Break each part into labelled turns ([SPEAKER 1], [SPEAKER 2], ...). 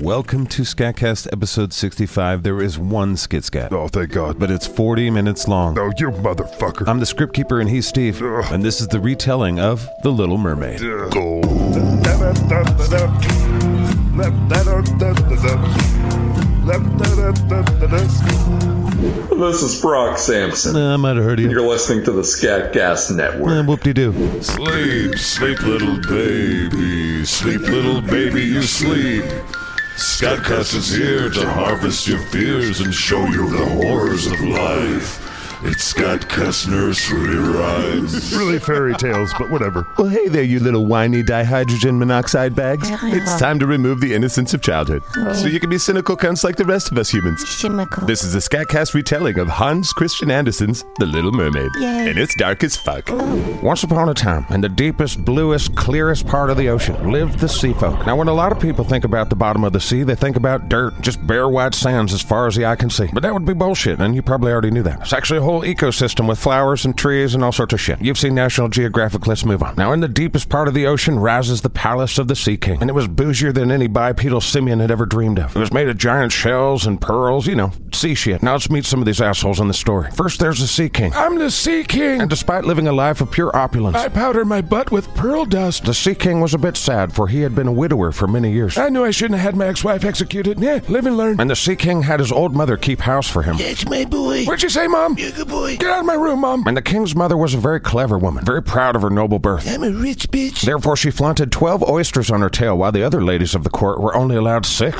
[SPEAKER 1] Welcome to Scatcast episode 65. There is one Skit Scat,
[SPEAKER 2] Oh, thank God.
[SPEAKER 1] but it's 40 minutes long.
[SPEAKER 2] Oh, you motherfucker.
[SPEAKER 1] I'm the script keeper and he's Steve,
[SPEAKER 2] Ugh.
[SPEAKER 1] and this is the retelling of The Little Mermaid.
[SPEAKER 2] Go. That
[SPEAKER 3] This is Brock Sampson.
[SPEAKER 1] Uh, I might have heard you.
[SPEAKER 3] You're listening to the Scatcast Network.
[SPEAKER 1] Uh, whoop-de-doo.
[SPEAKER 4] Sleep, sleep, little baby. Sleep, little baby, you sleep. Scatcast is here to harvest your fears and show you the horrors of life. It's Scatcast Nursery Rhymes.
[SPEAKER 2] really fairy tales, but whatever.
[SPEAKER 5] Well, hey there, you little whiny dihydrogen monoxide bags. It's time to remove the innocence of childhood so you can be cynical cunts like the rest of us humans.
[SPEAKER 6] Shimmickle.
[SPEAKER 5] This is a Scatcast retelling of Hans Christian Andersen's The Little Mermaid.
[SPEAKER 6] Yay.
[SPEAKER 5] And it's dark as fuck.
[SPEAKER 1] Once upon a time, in the deepest, bluest, clearest part of the ocean, lived the sea folk. Now, when a lot of people think about the bottom of the sea, they think about dirt, just bare white sands as far as the eye can see. But that would be bullshit, and you probably already knew that. It's actually a whole ecosystem with flowers and trees and all sorts of shit. You've seen National Geographic, let's move on. Now, in the deepest part of the ocean rises the palace of the Sea King, and it was bougier than any bipedal simian had ever dreamed of. It was made of giant shells and pearls, you know, sea shit. Now, let's meet some of these assholes in the story. First, there's the Sea King. I'm the Sea King! And despite living a life of pure opulence, I powder my butt with pearl dust. The Sea King was a bit sad, for he had been a widower for many years. I knew I shouldn't have had my ex-wife executed. Yeah, live and learn. And the Sea King had his old mother keep house for him. That's my boy. What'd you say, Mom? you good boy. Get out of my room, Mom. And the King's mother was a very clever woman, very proud of her noble birth. I'm a rich bitch. Therefore, she flaunted 12 oysters on her tail, while the other ladies of the court were only allowed six.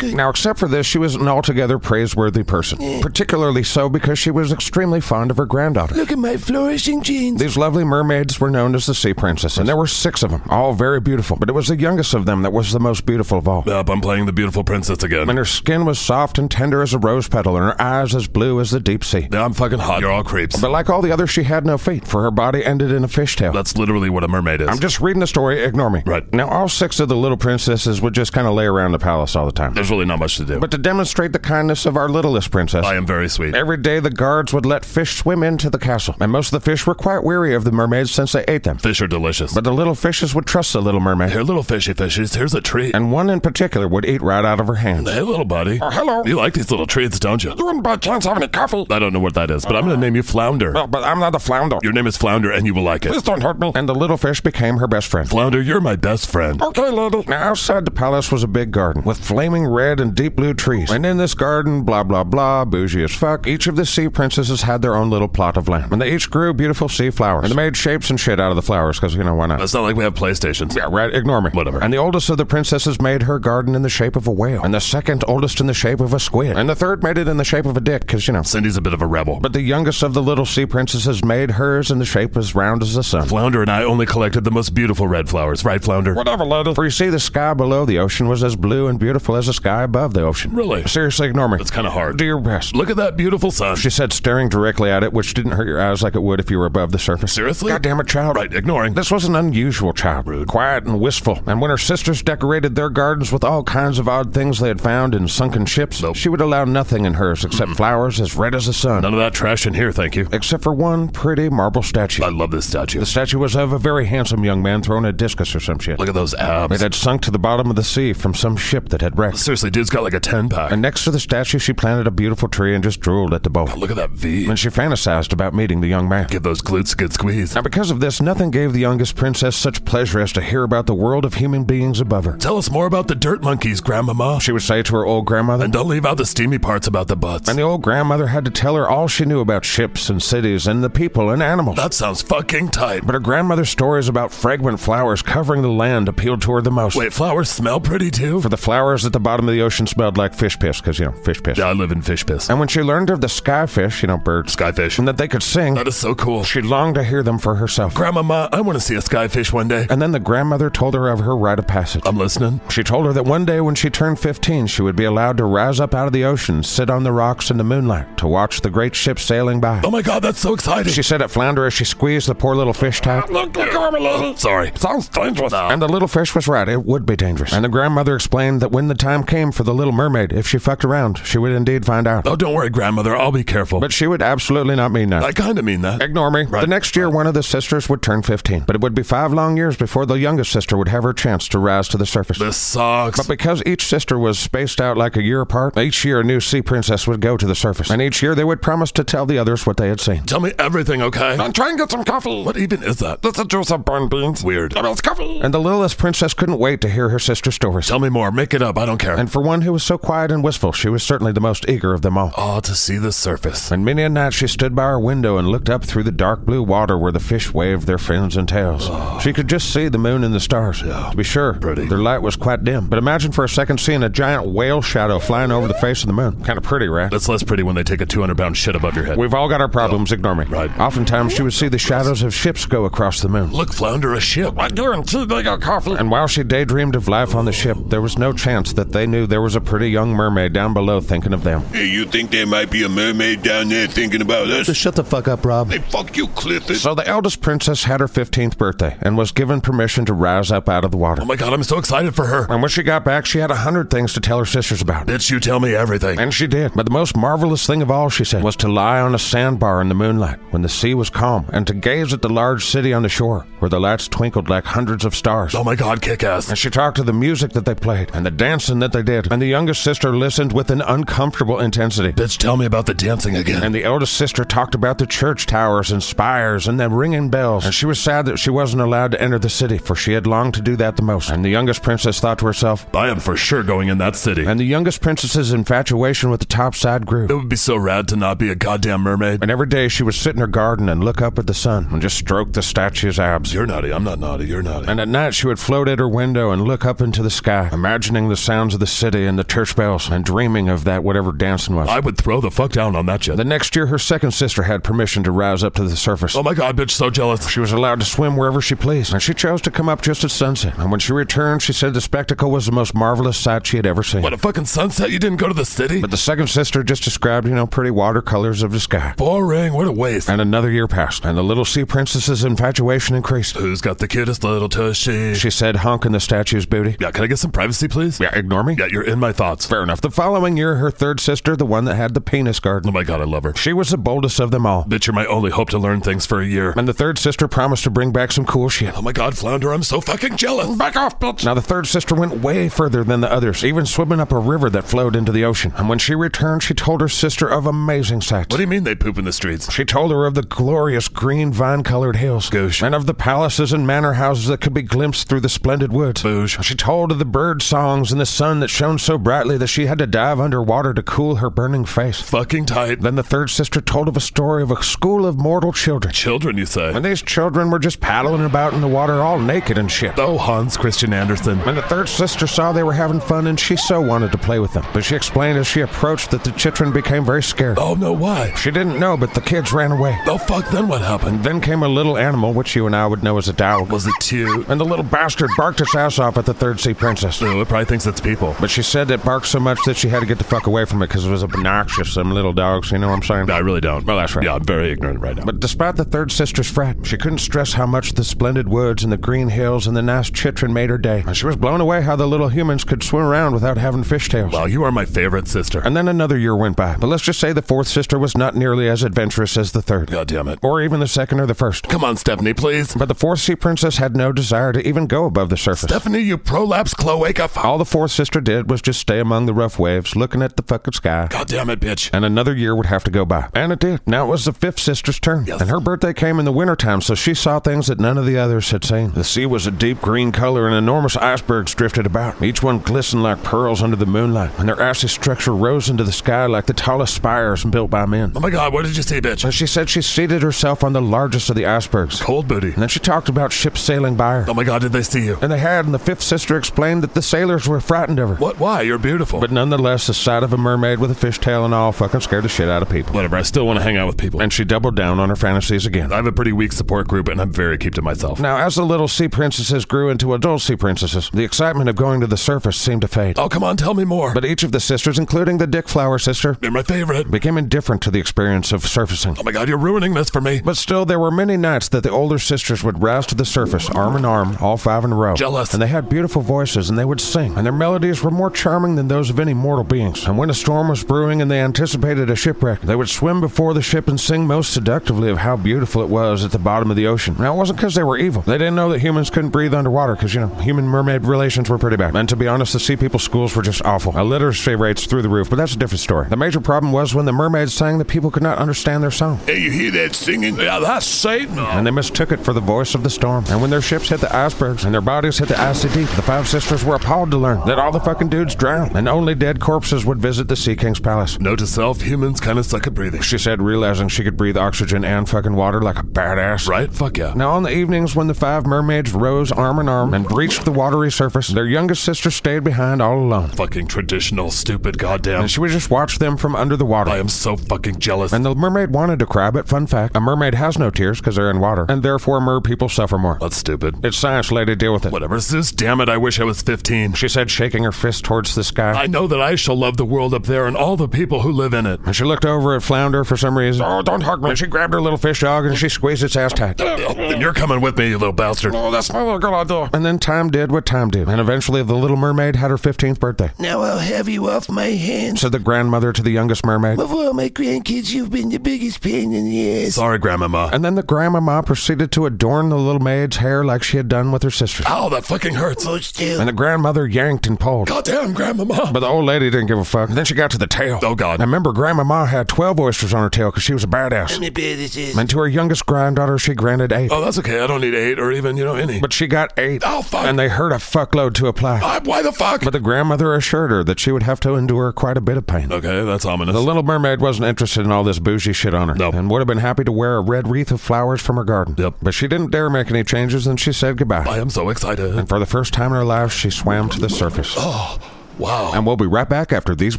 [SPEAKER 1] Now, except for this, she was an altogether praiseworthy person. Particularly so because she was extremely fond of her granddaughter. Look at my flourishing genes. These lovely mermaids were known as the Sea Princesses, and there were six of them, all very beautiful. But it was the youngest of them that was the most beautiful of all.
[SPEAKER 4] Up, I'm playing the beautiful princess again.
[SPEAKER 1] And her skin was soft and tender as a rose petal, and her eyes as blue as the deep sea.
[SPEAKER 4] Now I'm fucking hot. You're all creeps.
[SPEAKER 1] But like all the others, she had no feet, for her body ended in a fishtail.
[SPEAKER 4] That's literally what a mermaid is.
[SPEAKER 1] I'm just reading the story, ignore me.
[SPEAKER 4] Right.
[SPEAKER 1] Now, all six of the little princesses would just kind of lay around the palace all the time.
[SPEAKER 4] There's really not much to do.
[SPEAKER 1] But to demonstrate the kindness of our littlest princess,
[SPEAKER 4] I am very sweet.
[SPEAKER 1] Every day, the guards would let fish swim into the castle, and most of the fish were quite weary of the mermaids since they ate them.
[SPEAKER 4] Fish are delicious.
[SPEAKER 1] But the little fishes would trust the little mermaid,
[SPEAKER 4] Here, little fishy fishes, here's a treat.
[SPEAKER 1] and one in particular would eat right out of her hand.
[SPEAKER 4] Hey, little buddy.
[SPEAKER 1] Oh, hello.
[SPEAKER 4] You like these little treats, don't you?
[SPEAKER 1] You wouldn't by chance have any coffee?
[SPEAKER 4] I don't know what that is, but I'm gonna name you Flounder.
[SPEAKER 1] Well, but I'm not a flounder.
[SPEAKER 4] Your name is Flounder, and you will like it.
[SPEAKER 1] Please don't hurt me. And the little fish became her best friend.
[SPEAKER 4] Flounder, you're my best friend.
[SPEAKER 1] Okay, lady. Now, outside the palace was a big garden with flaming red and deep blue trees. And in this garden, blah, blah, blah, bougie as fuck, each of the sea princesses had their own little plot of land. And they each grew beautiful sea flowers. And they made shapes and shit out of the flowers, because, you know, why not?
[SPEAKER 4] It's not like we have PlayStations.
[SPEAKER 1] Yeah, right, ignore me.
[SPEAKER 4] Whatever.
[SPEAKER 1] And the oldest of the princesses made her garden in the shape of a whale. And the second oldest in the shape of a squid. And the third made it in the shape of a dick, because, you know.
[SPEAKER 4] Cindy's a bit of a rebel.
[SPEAKER 1] But the youngest of the little sea princesses made hers in the shape as round as the sun.
[SPEAKER 4] Flounder and I only collected the most beautiful red flowers, right, Flounder?
[SPEAKER 1] Whatever, lady. For you see, the sky below the ocean was as blue and beautiful as the sky above the ocean.
[SPEAKER 4] Really?
[SPEAKER 1] Seriously, ignore me.
[SPEAKER 4] That's kind of hard.
[SPEAKER 1] Do your best.
[SPEAKER 4] Look at that beautiful sun.
[SPEAKER 1] She said, staring directly at it, which didn't hurt your eyes like it would if you were above the surface.
[SPEAKER 4] Seriously?
[SPEAKER 1] God damn it, child.
[SPEAKER 4] Right, ignoring.
[SPEAKER 1] This was an unusual child, quiet and wistful. And when her sisters decorated their gardens with all kinds of odd things they had found in sunken ships, she would allow nothing in hers except flowers as red as the sun,
[SPEAKER 4] None of that trash in here, thank you.
[SPEAKER 1] except for one pretty marble statue.
[SPEAKER 4] I love this statue.
[SPEAKER 1] The statue was of a very handsome young man throwing a discus or some shit.
[SPEAKER 4] Look at those
[SPEAKER 1] It
[SPEAKER 4] abs.
[SPEAKER 1] had sunk to the bottom of the sea from some ship that had wrecked.
[SPEAKER 4] Seriously, dude's got like a 10 pack.
[SPEAKER 1] And next to the statue, she planted a beautiful tree and just drooled at the bowl.
[SPEAKER 4] Look at that V.
[SPEAKER 1] And she fantasized about meeting the young man.
[SPEAKER 4] Give those glutes a good squeeze.
[SPEAKER 1] Now, because of this, nothing gave the youngest princess such pleasure as to hear about the world of human beings above her.
[SPEAKER 4] Tell us more about the dirt monkeys, Grandmama.
[SPEAKER 1] She would say to her old grandmother,
[SPEAKER 4] And don't leave out the steamy parts about the butts.
[SPEAKER 1] and the old grandmother had to tell her all she knew about ships and cities and the people and animals.
[SPEAKER 4] That sounds fucking tight.
[SPEAKER 1] But her grandmother's stories about fragrant flowers covering the land appealed to her the most.
[SPEAKER 4] Wait, flowers smell pretty too?
[SPEAKER 1] For the flowers at the bottom of the ocean smelled like fish piss, because, you know, fish piss.
[SPEAKER 4] Yeah, I live in fish piss.
[SPEAKER 1] And when she learned of the skyfish, you know, birds,
[SPEAKER 4] Skyfish.
[SPEAKER 1] and that they could sing,
[SPEAKER 4] That is so cool.
[SPEAKER 1] she longed to hear them for herself.
[SPEAKER 4] Grandmama, I want to see a skyfish one day.
[SPEAKER 1] And then the grandmother told her of her rite of passage.
[SPEAKER 4] I'm listening.
[SPEAKER 1] She told her that one day when she turned 15, she would be allowed to rise up out of the ocean, sit on the rocks in the moonlight, to watch the great ship sailing by.
[SPEAKER 4] Oh my god, that's so exciting.
[SPEAKER 1] She said it floundered as she squeezed the poor little fish tight.
[SPEAKER 4] look, look, I'm a little. Sorry. Sounds dangerous.
[SPEAKER 1] Oh, And the little fish was right. It would be dangerous. And the grandmother explained that when the time came for the little mermaid, if she fucked around, she would indeed find out.
[SPEAKER 4] Oh, don't worry, grandmother. I'll be careful.
[SPEAKER 1] But she would absolutely not mean that.
[SPEAKER 4] I kind of mean that.
[SPEAKER 1] Ignore me. The next year, one of the sisters would turn 15, but it would be five long years before the youngest sister would have her chance to rise to the surface.
[SPEAKER 4] This sucks.
[SPEAKER 1] But because each sister was spaced out like a year apart, each year a new sea princess would go to the surface. And each year they would promise to tell the others what they had seen.
[SPEAKER 4] Tell me everything, okay?
[SPEAKER 6] And try and get some coffee.
[SPEAKER 4] What even is that?
[SPEAKER 6] This is juice of burn beans.
[SPEAKER 4] Weird.
[SPEAKER 6] I mean, it's coffee.
[SPEAKER 1] And the littlest princess couldn't wait to hear her sister's stories.
[SPEAKER 4] Tell me more. Make it up. I don't care.
[SPEAKER 1] And for one who was so quiet and wistful, she was certainly the most eager of them all.
[SPEAKER 4] oh, to see the surface.
[SPEAKER 1] And many a night she stood by her window and looked up through the dark blue water where the fish waved their fins and tails. She could just see the moon and the stars. To be sure,
[SPEAKER 4] Oh. Pretty.
[SPEAKER 1] their light was quite dim. But imagine for a second seeing a giant whale shadow flying over the face of the moon. Kind of pretty, right?
[SPEAKER 4] That's less pretty when they take a 200 pound shit above your head.
[SPEAKER 1] We've all got our problems, ignore me.
[SPEAKER 4] Right.
[SPEAKER 1] Oftentimes she would see the shadows of ships go across the moon.
[SPEAKER 4] Look, flounder a ship.
[SPEAKER 6] I guarantee they got coffee.
[SPEAKER 1] And while she daydreamed of life on the ship, there was no chance that they knew there was a pretty young mermaid down below thinking of them.
[SPEAKER 7] Hey, you think there might be a mermaid down there thinking about us?
[SPEAKER 5] Just shut the fuck up, Rob.
[SPEAKER 7] Hey, fuck you, Clifford.
[SPEAKER 1] So the eldest princess had her 15th birthday and was given permission to rise up out of the water.
[SPEAKER 4] Oh my god, I'm so excited for her.
[SPEAKER 1] And when she got back, she had a hundred things to tell her sisters about.
[SPEAKER 4] Bitch, you tell me everything.
[SPEAKER 1] And she did. But the most marvelous thing of all, she said, was to lie on a sandbar in the moonlight when the sea was calm and to gaze at the large city on the shore where the lights twinkled like hundreds of stars.
[SPEAKER 4] Oh my god, kick ass.
[SPEAKER 1] And she talked to the music that they played and the dancing that they did. And the youngest sister listened with an uncomfortable intensity.
[SPEAKER 4] Bitch, tell me about the dancing again.
[SPEAKER 1] And the eldest sister talked about the church towers and spires and the ringing bells. And she was sad that she wasn't allowed to enter the city, for she had longed to do that the most. And the youngest princess thought to herself,
[SPEAKER 4] I am for sure going in that city.
[SPEAKER 1] and the youngest princess's infatuation with the topside grew.
[SPEAKER 4] It would be so rad to not be a goddamn mermaid.
[SPEAKER 1] And every day she would sit in her garden and look up at the sun and just stroke the statue's abs.
[SPEAKER 4] You're naughty. I'm not naughty. You're naughty.
[SPEAKER 1] And at night she would float at her window and look up into the sky, imagining the sounds of the city and the church bells and dreaming of that whatever dancing was.
[SPEAKER 4] I would throw the fuck down on that shit.
[SPEAKER 1] the next year her second sister had permission to rise up to the surface.
[SPEAKER 4] Oh my god, bitch, so jealous.
[SPEAKER 1] She was allowed to swim wherever she pleased, and she chose to come up just at sunset. And when she returned, she said the spectacle was the most marvelous sight she had ever seen.
[SPEAKER 4] What a fucking sunset. You didn't go to the city?
[SPEAKER 1] But the second sister just described, you know, pretty watercolors of the sky.
[SPEAKER 4] Boring. What a waste.
[SPEAKER 1] And another year passed, and the little sea princess's infatuation increased.
[SPEAKER 4] Who's got the cutest little tushy?
[SPEAKER 1] She said, honking the statue's booty.
[SPEAKER 4] Yeah, can I get some privacy, please?
[SPEAKER 1] Yeah, ignore me.
[SPEAKER 4] Yeah, you're in my thoughts.
[SPEAKER 1] Fair enough. The following year, her third sister, the one that had the penis
[SPEAKER 4] Oh
[SPEAKER 1] garden,
[SPEAKER 4] my god, I love her.
[SPEAKER 1] she was the boldest of them all.
[SPEAKER 4] Bitch, you're my only hope to learn things for a year.
[SPEAKER 1] And the third sister promised to bring back some cool shit.
[SPEAKER 4] Oh my god, Flounder, I'm so fucking jealous.
[SPEAKER 6] Back off, bitch.
[SPEAKER 1] Now, the third sister went way further than the others, even swimming up a river that flowed into the ocean. And when she returned, she told her sister of amazing sights.
[SPEAKER 4] What do you mean they poop in the streets?
[SPEAKER 1] She told her of the glorious green vine colored hills,
[SPEAKER 4] Goosh.
[SPEAKER 1] and of the palaces and manor houses that could be glimpsed through the splendid woods.
[SPEAKER 4] Boosh.
[SPEAKER 1] She told of the bird songs and the sun that shone so brightly that she had to dive underwater to cool her burning face.
[SPEAKER 4] Fucking tight.
[SPEAKER 1] Then the third sister told of a story of a school of mortal children.
[SPEAKER 4] Children, you say?
[SPEAKER 1] And these children were just paddling about in the water all naked and shit.
[SPEAKER 4] Oh, Hans Christian Andersen.
[SPEAKER 1] And the third sister saw they were having fun and she so wanted to play with them. But she explained as she approached that the children became very scared.
[SPEAKER 4] Oh no, why?
[SPEAKER 1] She didn't know, but the kids ran away.
[SPEAKER 4] Oh fuck, then what happened?
[SPEAKER 1] Then came a little animal, which you and I would know as a dog,
[SPEAKER 4] Was it two?
[SPEAKER 1] and the little bastard barked its ass off at the third sea princess.
[SPEAKER 4] No, it probably thinks it's people.
[SPEAKER 1] But she said it barked so much that she had to get the fuck away from it because it was obnoxious, them little dogs, you know what I'm saying?
[SPEAKER 4] No, I really don't.
[SPEAKER 1] Well, that's right.
[SPEAKER 4] Yeah, I'm very ignorant right now.
[SPEAKER 1] But despite the third sister's fright, she couldn't stress how much the splendid woods and the green hills and the nice chitrin made her day. And she was blown away how the little humans could swim around without having fishtails.
[SPEAKER 4] wow, you are my favorite sister.
[SPEAKER 1] And then another year went by. But let's just say the fourth sister was not nearly as adventurous as the third,
[SPEAKER 4] God damn it.
[SPEAKER 1] or even the second or the first.
[SPEAKER 4] Come on, Stephanie, please.
[SPEAKER 1] But the fourth sea princess had no desire to even go above the surface.
[SPEAKER 4] Stephanie, you prolapse cloaca. F-
[SPEAKER 1] All the fourth sister did was just stay among the rough waves, looking at the fucking sky.
[SPEAKER 4] God damn it, bitch.
[SPEAKER 1] And another year would have to go by. And it did. Now it was the fifth sister's turn.
[SPEAKER 4] Yes.
[SPEAKER 1] And her birthday came in the wintertime, so she saw things that none of the others had seen. The sea was a deep green color, and enormous icebergs drifted about. Each one glistened like pearls under the moonlight, and their icy structure rose into the sky like the tallest spires built by men.
[SPEAKER 4] Oh my god, what did you say, bitch?
[SPEAKER 1] And she said she seated herself on the largest of the icebergs.
[SPEAKER 4] Cold booty.
[SPEAKER 1] And then she talked about ships sailing by her.
[SPEAKER 4] Oh my god, did they see you?
[SPEAKER 1] And they had, and the fifth sister explained that the sailors were frightened of her.
[SPEAKER 4] What? Why? You're beautiful.
[SPEAKER 1] But nonetheless, the sight of a mermaid with a fishtail and all fucking scared the shit out of people.
[SPEAKER 4] whatever, I still want to hang out with people.
[SPEAKER 1] And she doubled down on her fantasies again.
[SPEAKER 4] I have a pretty weak support group, and I'm very keep to myself.
[SPEAKER 1] Now, as the little sea princesses grew into adult sea princesses, the excitement of going to the surface seemed to fade.
[SPEAKER 4] Oh, come on, tell me more.
[SPEAKER 1] But each of the sisters, including the Dick Flower sister,
[SPEAKER 4] You're my favorite.
[SPEAKER 1] became indifferent indifferent to the experience of surfacing.
[SPEAKER 4] Oh my god, you're ruining this for me.
[SPEAKER 1] But still, there were many nights that the older sisters would rouse to the surface, arm in arm, all five in a row.
[SPEAKER 4] Jealous.
[SPEAKER 1] And they had beautiful voices, and they would sing, and their melodies were more charming than those of any mortal beings. And when a storm was brewing and they anticipated a shipwreck, they would swim before the ship and sing most seductively of how beautiful it was at the bottom of the ocean. Now, it wasn't because they were evil. They didn't know that humans couldn't breathe underwater, because, you know, human mermaid relations were pretty bad. And to be honest, the sea people schools were just awful. Now, literacy rates through the roof, but that's a different story. The major problem was when the mermaids sang, the people could not understand their song.
[SPEAKER 7] Hey, you hear that singing?
[SPEAKER 4] Yeah, that's Satan.
[SPEAKER 1] and they mistook it for the voice of the storm. And when their ships hit the icebergs and their bodies hit the icy deep, the five sisters were appalled to learn that all the fucking dudes drowned and only dead corpses would visit the Sea King's palace.
[SPEAKER 4] Note to self, humans kind of suck at breathing.
[SPEAKER 1] She said, realizing she could breathe oxygen and fucking water like a badass.
[SPEAKER 4] Right? Fuck yeah.
[SPEAKER 1] Now, on the evenings when the five mermaids rose arm in arm and breached the watery surface, their youngest sister stayed behind all alone.
[SPEAKER 4] Fucking traditional, stupid, goddamn.
[SPEAKER 1] And she would just watch them from under the water.
[SPEAKER 4] I am so fucking jealous.
[SPEAKER 1] And the mermaid wanted to cry, but fun fact a mermaid has no tears because they're in water, and therefore mer people suffer more.
[SPEAKER 4] that's stupid.
[SPEAKER 1] It's science, lady, deal with it.
[SPEAKER 4] Whatever, sis. Damn it, I wish I was 15.
[SPEAKER 1] She said, shaking her fist towards the sky.
[SPEAKER 4] I know that I shall love the world up there and all the people who live in it.
[SPEAKER 1] and she looked over at Flounder for some reason. Oh, don't hug me. And she grabbed her little fish dog and she squeezed its ass tight.
[SPEAKER 4] Oh, then you're coming with me, you little bastard.
[SPEAKER 6] Oh, that's not a good idea.
[SPEAKER 1] And then time did what time did. And eventually the little mermaid had her 15th birthday,
[SPEAKER 8] Now I'll have you off my hands.
[SPEAKER 1] said the grandmother to the youngest mermaid.
[SPEAKER 8] Of all my grandkids, you've been the biggest pain in the ass.
[SPEAKER 4] Sorry, Grandmama.
[SPEAKER 1] And then the grandmama proceeded to adorn the little maid's hair like she had done with her sister's.
[SPEAKER 4] Ow, that fucking hurts.
[SPEAKER 8] Hold still.
[SPEAKER 1] And the grandmother yanked and pulled.
[SPEAKER 4] Goddamn, Grandmama.
[SPEAKER 1] But the old lady didn't give a fuck. And then she got to the tail.
[SPEAKER 4] Oh, God.
[SPEAKER 1] I remember grandmama had 12 oysters on her tail because she was a
[SPEAKER 8] I'm
[SPEAKER 1] badass.
[SPEAKER 8] the baddest ass.
[SPEAKER 1] And to her youngest granddaughter, she granted eight.
[SPEAKER 4] Oh, that's okay. I don't need eight or even, you know, any.
[SPEAKER 1] But she got eight.
[SPEAKER 4] Oh, fuck.
[SPEAKER 1] And they hurt a fuckload to apply.
[SPEAKER 4] I, why the fuck?
[SPEAKER 1] But the grandmother assured her that she would have to endure quite a bit of pain.
[SPEAKER 4] okay, that's ominous.
[SPEAKER 1] The little mermaid wasn't interested in all this bougie shit on her
[SPEAKER 4] No.
[SPEAKER 1] and would have been happy to wear a red wreath of flowers from her garden.
[SPEAKER 4] Yep.
[SPEAKER 1] But she didn't dare make any changes and she said goodbye.
[SPEAKER 4] I am so excited.
[SPEAKER 1] And for the first time in her life, she swam to the surface.
[SPEAKER 2] Oh.
[SPEAKER 4] oh, Wow.
[SPEAKER 1] And we'll be right back after these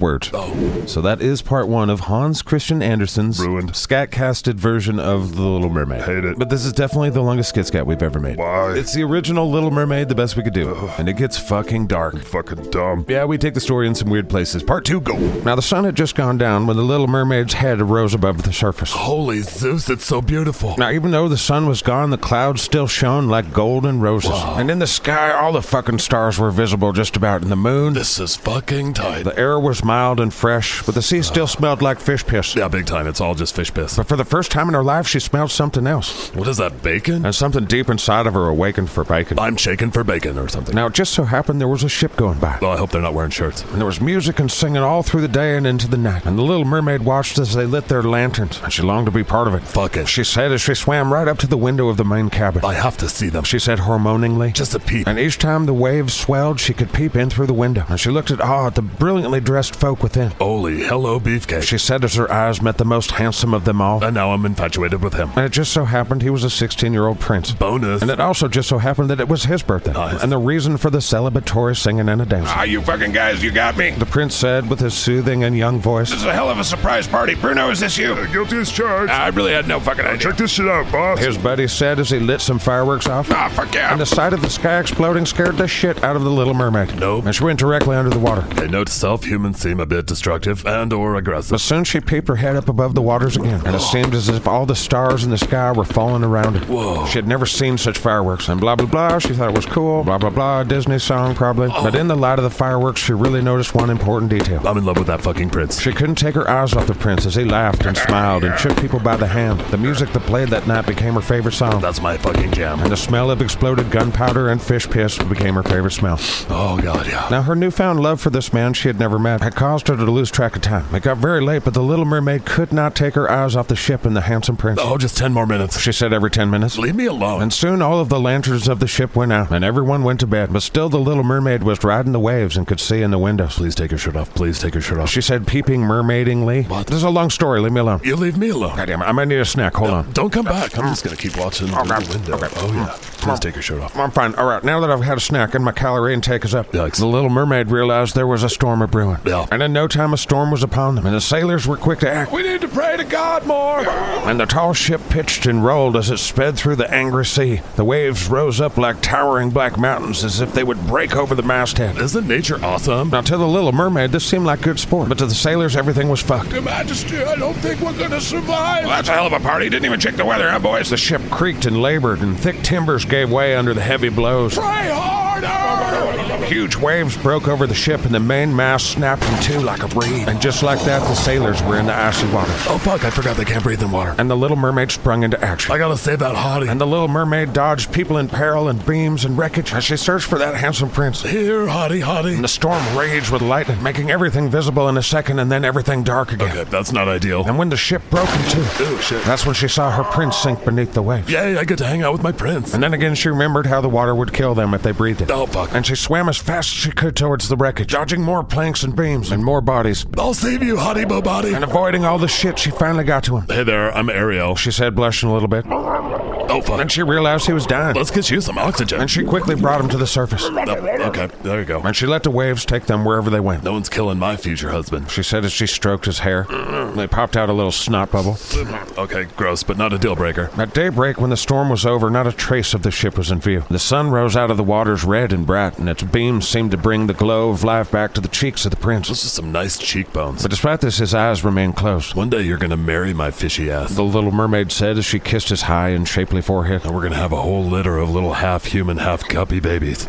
[SPEAKER 1] words.
[SPEAKER 4] oh,
[SPEAKER 5] So that is part one of Hans Christian Andersen's
[SPEAKER 2] Ruined.
[SPEAKER 5] scat-casted version of The Little Mermaid.
[SPEAKER 2] Hate it.
[SPEAKER 5] But this is definitely the longest skit scat we've ever made.
[SPEAKER 2] Why?
[SPEAKER 5] It's the original Little Mermaid, the best we could do, and it gets fucking dark.
[SPEAKER 2] Fucking dumb.
[SPEAKER 5] Yeah, we take the story in some weird places. Part two, go.
[SPEAKER 1] Now, the sun had just gone down when the little mermaid's head arose above the surface.
[SPEAKER 4] Holy Zeus, it's so beautiful.
[SPEAKER 1] Now, even though the sun was gone, the clouds still shone like golden roses. And in the sky, all the fucking stars were visible just about, and the moon.
[SPEAKER 4] This is fucking tight.
[SPEAKER 1] The air was mild and fresh, but the sea still smelled like fish piss.
[SPEAKER 4] Yeah, big time. It's all just fish piss.
[SPEAKER 1] But for the first time in her life, she smelled something else.
[SPEAKER 4] What is that, bacon?
[SPEAKER 1] And something deep inside of her awakened for bacon.
[SPEAKER 4] I'm shaking for bacon or something.
[SPEAKER 1] Now, it just so happened there was a ship going by.
[SPEAKER 4] Oh, I hope they're not wearing shirts.
[SPEAKER 1] And there was music and singing all through the day and into the night. And the little mermaid watched as they lit their lanterns, and she longed to be part of it.
[SPEAKER 4] Fuck it.
[SPEAKER 1] She said as she swam right up to the window of the main cabin.
[SPEAKER 4] I have to see them.
[SPEAKER 1] She said hormoningly.
[SPEAKER 4] Just a peep.
[SPEAKER 1] And each time the waves swelled, she could peep in through the window. And she looked at awe at the brilliantly dressed folk within.
[SPEAKER 4] Holy hello, beefcake.
[SPEAKER 1] She said as her eyes met the most handsome of them all.
[SPEAKER 4] And now I'm infatuated with him.
[SPEAKER 1] And it just so happened he was a 16 year old prince.
[SPEAKER 4] Bonus.
[SPEAKER 1] And it also just so happened that it was his birthday.
[SPEAKER 4] Nice.
[SPEAKER 1] And the reason for the celebratory singing and a dance.
[SPEAKER 7] Ah, you fucking guys, you got me.
[SPEAKER 1] The prince said with his soothing and young voice.
[SPEAKER 7] This is a hell of a surprise party. Bruno, is this you?
[SPEAKER 2] Uh, Guilty as charged.
[SPEAKER 7] I really had no fucking idea.
[SPEAKER 2] Check this shit out, boss.
[SPEAKER 1] His buddy said as he lit some fireworks off.
[SPEAKER 7] Ah, fuck
[SPEAKER 1] And
[SPEAKER 7] yeah.
[SPEAKER 1] the sight of the sky exploding scared the shit out of the little mermaid.
[SPEAKER 4] Nope.
[SPEAKER 1] And she went directly under the water.
[SPEAKER 4] They note self humans seem a bit destructive and or
[SPEAKER 1] But
[SPEAKER 4] aggressive.
[SPEAKER 1] soon she peeped her head up above the waters again, and it seemed as if all the stars in the sky were falling around her.
[SPEAKER 4] Whoa.
[SPEAKER 1] She had never seen such fireworks, and blah, blah, blah. She thought it was cool, blah, blah, blah. a Disney song, probably.
[SPEAKER 4] Oh.
[SPEAKER 1] But in the light of the fireworks, she really noticed one important detail.
[SPEAKER 4] I'm in love with that fucking prince.
[SPEAKER 1] She couldn't take her eyes off the prince as he laughed and smiled and shook people by the hand. The music that played that night became her favorite song.
[SPEAKER 4] That's my fucking jam.
[SPEAKER 1] And the smell of exploded gunpowder and fish piss became her favorite smell.
[SPEAKER 4] Oh god, yeah.
[SPEAKER 1] Now, her newfound love for this man she had never met had caused her to lose track of time. It got very late, but the little mermaid could not take her eyes off the ship and the handsome prince.
[SPEAKER 4] Oh, just ten more minutes.
[SPEAKER 1] She said every 10 minutes.
[SPEAKER 4] Leave me alone.
[SPEAKER 1] And soon all of the lanterns of the ship went out, and everyone went to bed. But still, the little mermaid was riding the waves and could see in the windows.
[SPEAKER 4] Please take your shirt off. Please take your shirt off.
[SPEAKER 1] She said, peeping mermaidingly. This is a long story. Leave me alone.
[SPEAKER 4] You leave me alone.
[SPEAKER 1] God damn it. I might need a snack. Hold on.
[SPEAKER 4] Don't come back. I'm just gonna keep watching through the window. Oh yeah. Please take your shirt off.
[SPEAKER 1] I'm fine. All right, now that I've had a snack and my calorie intake is up,
[SPEAKER 4] Yikes.
[SPEAKER 1] the little mermaid realized there was a storm a brewing.
[SPEAKER 4] Yeah.
[SPEAKER 1] And in no time, a storm was upon them, and the sailors were quick to act.
[SPEAKER 7] We need to pray to God more.
[SPEAKER 1] And the tall ship pitched and rolled as it sped through the angry sea. The waves rose up like towering black mountains as if they would break over the masthead.
[SPEAKER 4] Isn't nature awesome?
[SPEAKER 1] Now, to the little mermaid, this seemed like good sport, but to the sailors, everything was fucked.
[SPEAKER 7] Your Majesty, I don't think we're gonna survive. Well, that's a hell of a party. Didn't even check the weather, huh, boys?
[SPEAKER 1] The ship creaked and labored, and thick timbers gave way under the heavy blows.
[SPEAKER 7] Pray harder.
[SPEAKER 1] Huge waves broke over the ship, and the mainmast snapped in two like a reed. And just like that, the sailors were in the icy water.
[SPEAKER 4] Oh fuck! I forgot they can't breathe in water.
[SPEAKER 1] And the little mermaid sprung into action.
[SPEAKER 4] I gotta save that hottie.
[SPEAKER 1] And the little mermaid dodged people in peril and beams and wreckage as she searched for that handsome prince.
[SPEAKER 4] Here, hottie, hottie.
[SPEAKER 1] The storm raged with lightning, making everything visible in a second and then everything dark again.
[SPEAKER 4] Okay, that's not ideal.
[SPEAKER 1] And when the ship broke in two,
[SPEAKER 4] Oh shit!
[SPEAKER 1] that's when she saw her prince sink beneath the waves.
[SPEAKER 4] Yay! I get to hang out with my prince.
[SPEAKER 1] And then again, she remembered how the water would kill them if they breathed it.
[SPEAKER 4] Oh fuck!
[SPEAKER 1] And she swam as fast as she could towards the wreckage, dodging more planks and beams and more bodies.
[SPEAKER 4] I'll save you, hottie, bo body.
[SPEAKER 1] And avoiding all the shit, she finally got to him.
[SPEAKER 4] Hey there, I'm Ariel.
[SPEAKER 1] She said, blushing a little bit.
[SPEAKER 4] Oh fuck!
[SPEAKER 1] And she realized he was dying.
[SPEAKER 4] Let's get you some oxygen.
[SPEAKER 1] And she quickly brought him to the surface.
[SPEAKER 4] Oh, okay, there you go.
[SPEAKER 1] And she let the waves take them wherever they went.
[SPEAKER 4] No one's killing my future husband.
[SPEAKER 1] She said as she stroked his hair. They popped out a little snot bubble.
[SPEAKER 4] Okay, gross, but not a deal breaker.
[SPEAKER 1] At daybreak, when the storm was over, not a trace of the ship was in view. The sun rose out of the waters red and bright, and its beams seemed to bring the glow of life back to the cheeks of the prince.
[SPEAKER 4] Those are some nice cheekbones.
[SPEAKER 1] But despite this, his eyes remained closed.
[SPEAKER 4] One day you're gonna marry my fishy ass.
[SPEAKER 1] The little mermaid said as she kissed his high and shapely forehead.
[SPEAKER 4] And we're gonna have a whole litter of little half human, half guppy babies.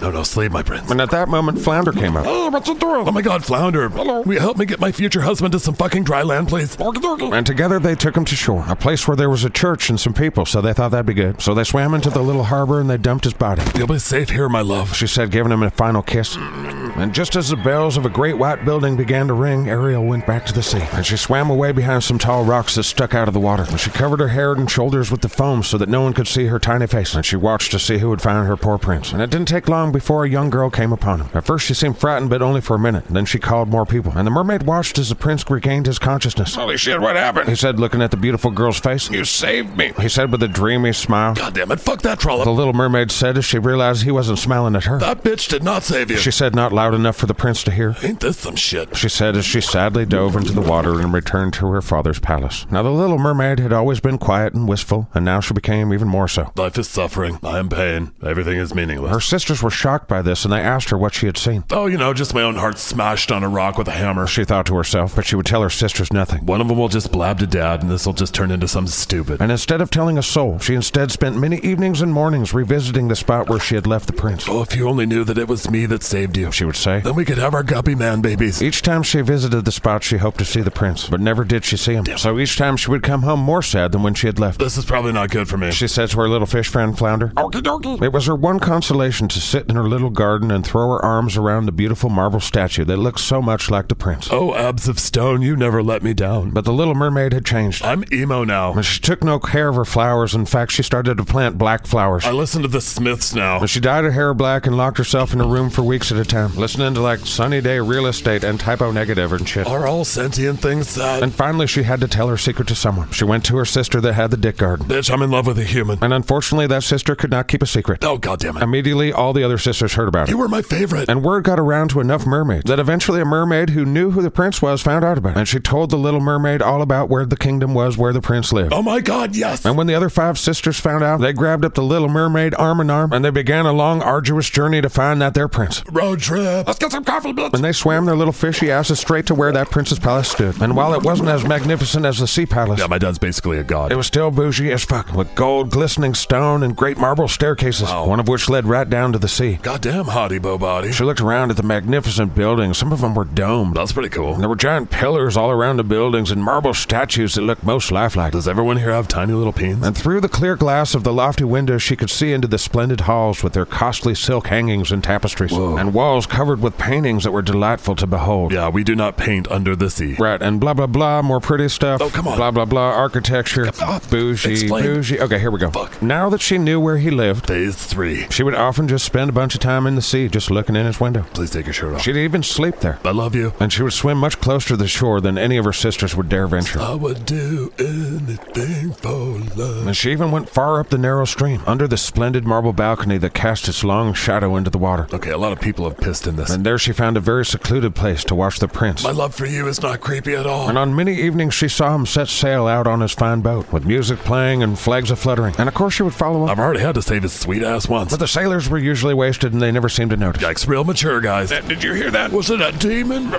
[SPEAKER 4] No, no, sleep, my prince.
[SPEAKER 1] And at that moment, Flounder came up.
[SPEAKER 4] Oh, what's the door? Oh my god, Flounder. Hello. Will you help me get my future husband to some fucking dry land, please?
[SPEAKER 1] And together they took him to shore, a place where there was a church and some people, so they thought that'd be good. So they swam into the little harbor and they dumped his body.
[SPEAKER 4] You'll be safe here, my love.
[SPEAKER 1] She said, giving him a final kiss. And just as the bells of a great white building began to ring, Ariel went back to the sea. And she swam away behind some tall rocks that stuck out of the water. And she covered her hair and shoulders with the foam so that no one could see her tiny face. And she watched to see who would find her poor prince. And it didn't take long before a young girl came upon him. At first she seemed frightened, but only for a minute. Then she called more people. And the mermaid watched as the prince regained his consciousness.
[SPEAKER 7] Holy shit, what happened?
[SPEAKER 1] He said, looking at the beautiful girl's face.
[SPEAKER 7] You saved me.
[SPEAKER 1] He said with a dreamy smile.
[SPEAKER 4] God damn it, fuck that trollop.
[SPEAKER 1] The little mermaid said as she realized he wasn't smiling at her.
[SPEAKER 4] That bitch did not save you.
[SPEAKER 1] She said, not loud enough for the prince to hear.
[SPEAKER 4] Ain't this some shit?
[SPEAKER 1] She said as she sadly dove into the water and returned to her father's palace. Now, the little mermaid had always been quiet and wistful, and now she became even more so.
[SPEAKER 4] Life is suffering. I am pain. Everything is
[SPEAKER 1] Her
[SPEAKER 4] meaningless.
[SPEAKER 1] sisters were shocked by this, and they asked her what she had seen.
[SPEAKER 4] Oh, you know, just my own heart smashed on a rock with a hammer.
[SPEAKER 1] She thought to herself, but she would tell her sisters nothing.
[SPEAKER 4] One of them will just blab to dad, and this will just turn into something stupid.
[SPEAKER 1] And instead of telling a soul, she instead spent many evenings and mornings revisiting the spot where she had left the prince,
[SPEAKER 4] Oh, if you only knew that it was me that saved you.
[SPEAKER 1] she would say.
[SPEAKER 4] Then we could have our guppy man babies.
[SPEAKER 1] Each time she visited the spot, she hoped to see the prince, but never did she see him. So each time she would come home more sad than when she had left.
[SPEAKER 4] This is probably not good for me.
[SPEAKER 1] She said to her little fish friend, Flounder,
[SPEAKER 6] Okie dokie.
[SPEAKER 1] It was her one consolation to sit in her little garden and throw her arms around the beautiful marble statue that looked so much like the prince.
[SPEAKER 4] Oh, abs of stone, you never let me down.
[SPEAKER 1] But the little mermaid had changed.
[SPEAKER 4] I'm emo now.
[SPEAKER 1] And she took no care of her flowers. In fact, she started to plant black flowers.
[SPEAKER 4] I listen to the Smiths now.
[SPEAKER 1] And she dyed her hair black and locked herself in her room for weeks at a time, listening to like Sunny Day Real Estate and Typo Negative and shit.
[SPEAKER 4] Are all sentient things sad?
[SPEAKER 1] And finally, she had to tell her secret to someone. She went to her sister that had the dick garden.
[SPEAKER 4] Bitch, I'm in love with a human.
[SPEAKER 1] And unfortunately, that sister could not keep a secret.
[SPEAKER 4] Oh, god damn it.
[SPEAKER 1] Immediately, all the other sisters heard about it.
[SPEAKER 4] You were my favorite.
[SPEAKER 1] And word got around to enough mermaids that eventually a mermaid who knew who the prince was found out about it. And she told the little mermaid all about where the kingdom was, where the prince lived.
[SPEAKER 4] Oh my god, yes.
[SPEAKER 1] And when the other five sisters found out, they grabbed up the little mermaid arm in arm and they began a long, arduous journey to find that their prince.
[SPEAKER 4] Road trip.
[SPEAKER 6] Let's get some coffee, bitch.
[SPEAKER 1] And they swam their little fishy asses straight to where that prince's palace stood. And while it wasn't as magnificent as the sea palace,
[SPEAKER 4] Yeah, my dad's basically a
[SPEAKER 1] it
[SPEAKER 4] god.
[SPEAKER 1] was still bougie as fuck, with gold glistening stone and great marble staircases, one of which led right down to the sea.
[SPEAKER 4] Goddamn hottie bo body.
[SPEAKER 1] She looked around at the magnificent buildings. Some of them were domed.
[SPEAKER 4] That's pretty cool.
[SPEAKER 1] And There were giant pillars all around the buildings and marble statues that looked most lifelike.
[SPEAKER 4] Does everyone here have tiny little peens?
[SPEAKER 1] And through the clear glass of the lofty windows, she could see into the splendid halls with their costly silk hangings and tapestries, and walls covered with paintings that were delightful to behold.
[SPEAKER 4] Yeah, we do not paint under the sea.
[SPEAKER 1] Right, and blah blah blah, more pretty stuff.
[SPEAKER 4] Oh, come on.
[SPEAKER 1] Blah blah blah, architecture, bougie,
[SPEAKER 4] Explain.
[SPEAKER 1] bougie. Okay, here we go.
[SPEAKER 4] Fuck.
[SPEAKER 1] Now that she knew where he lived,
[SPEAKER 4] Phase three.
[SPEAKER 1] she would often just spend a bunch of time in the sea, just looking in his window.
[SPEAKER 4] Please take your shirt off.
[SPEAKER 1] She'd even sleep there,
[SPEAKER 4] I love you.
[SPEAKER 1] and she would swim much closer to the shore than any of her sisters would dare venture.
[SPEAKER 4] I would do anything for love.
[SPEAKER 1] And she even went far up the narrow stream, under the splendid marble balcony that cast its long shadow into the water.
[SPEAKER 4] Okay, a lot of people have pissed in this.
[SPEAKER 1] And there she found a very secluded place to watch the prince.
[SPEAKER 4] My love for you is not creepy at all.
[SPEAKER 1] And on many evenings she saw him set sail out on his fine boat, with music playing and flags a fluttering. And of course she would follow him.
[SPEAKER 4] I've already had to save his sweet ass once.
[SPEAKER 1] But the sailors were usually wasted and they never seemed to notice.
[SPEAKER 4] Yikes, real mature guys.
[SPEAKER 7] That- did you hear that?
[SPEAKER 4] Was it a demon?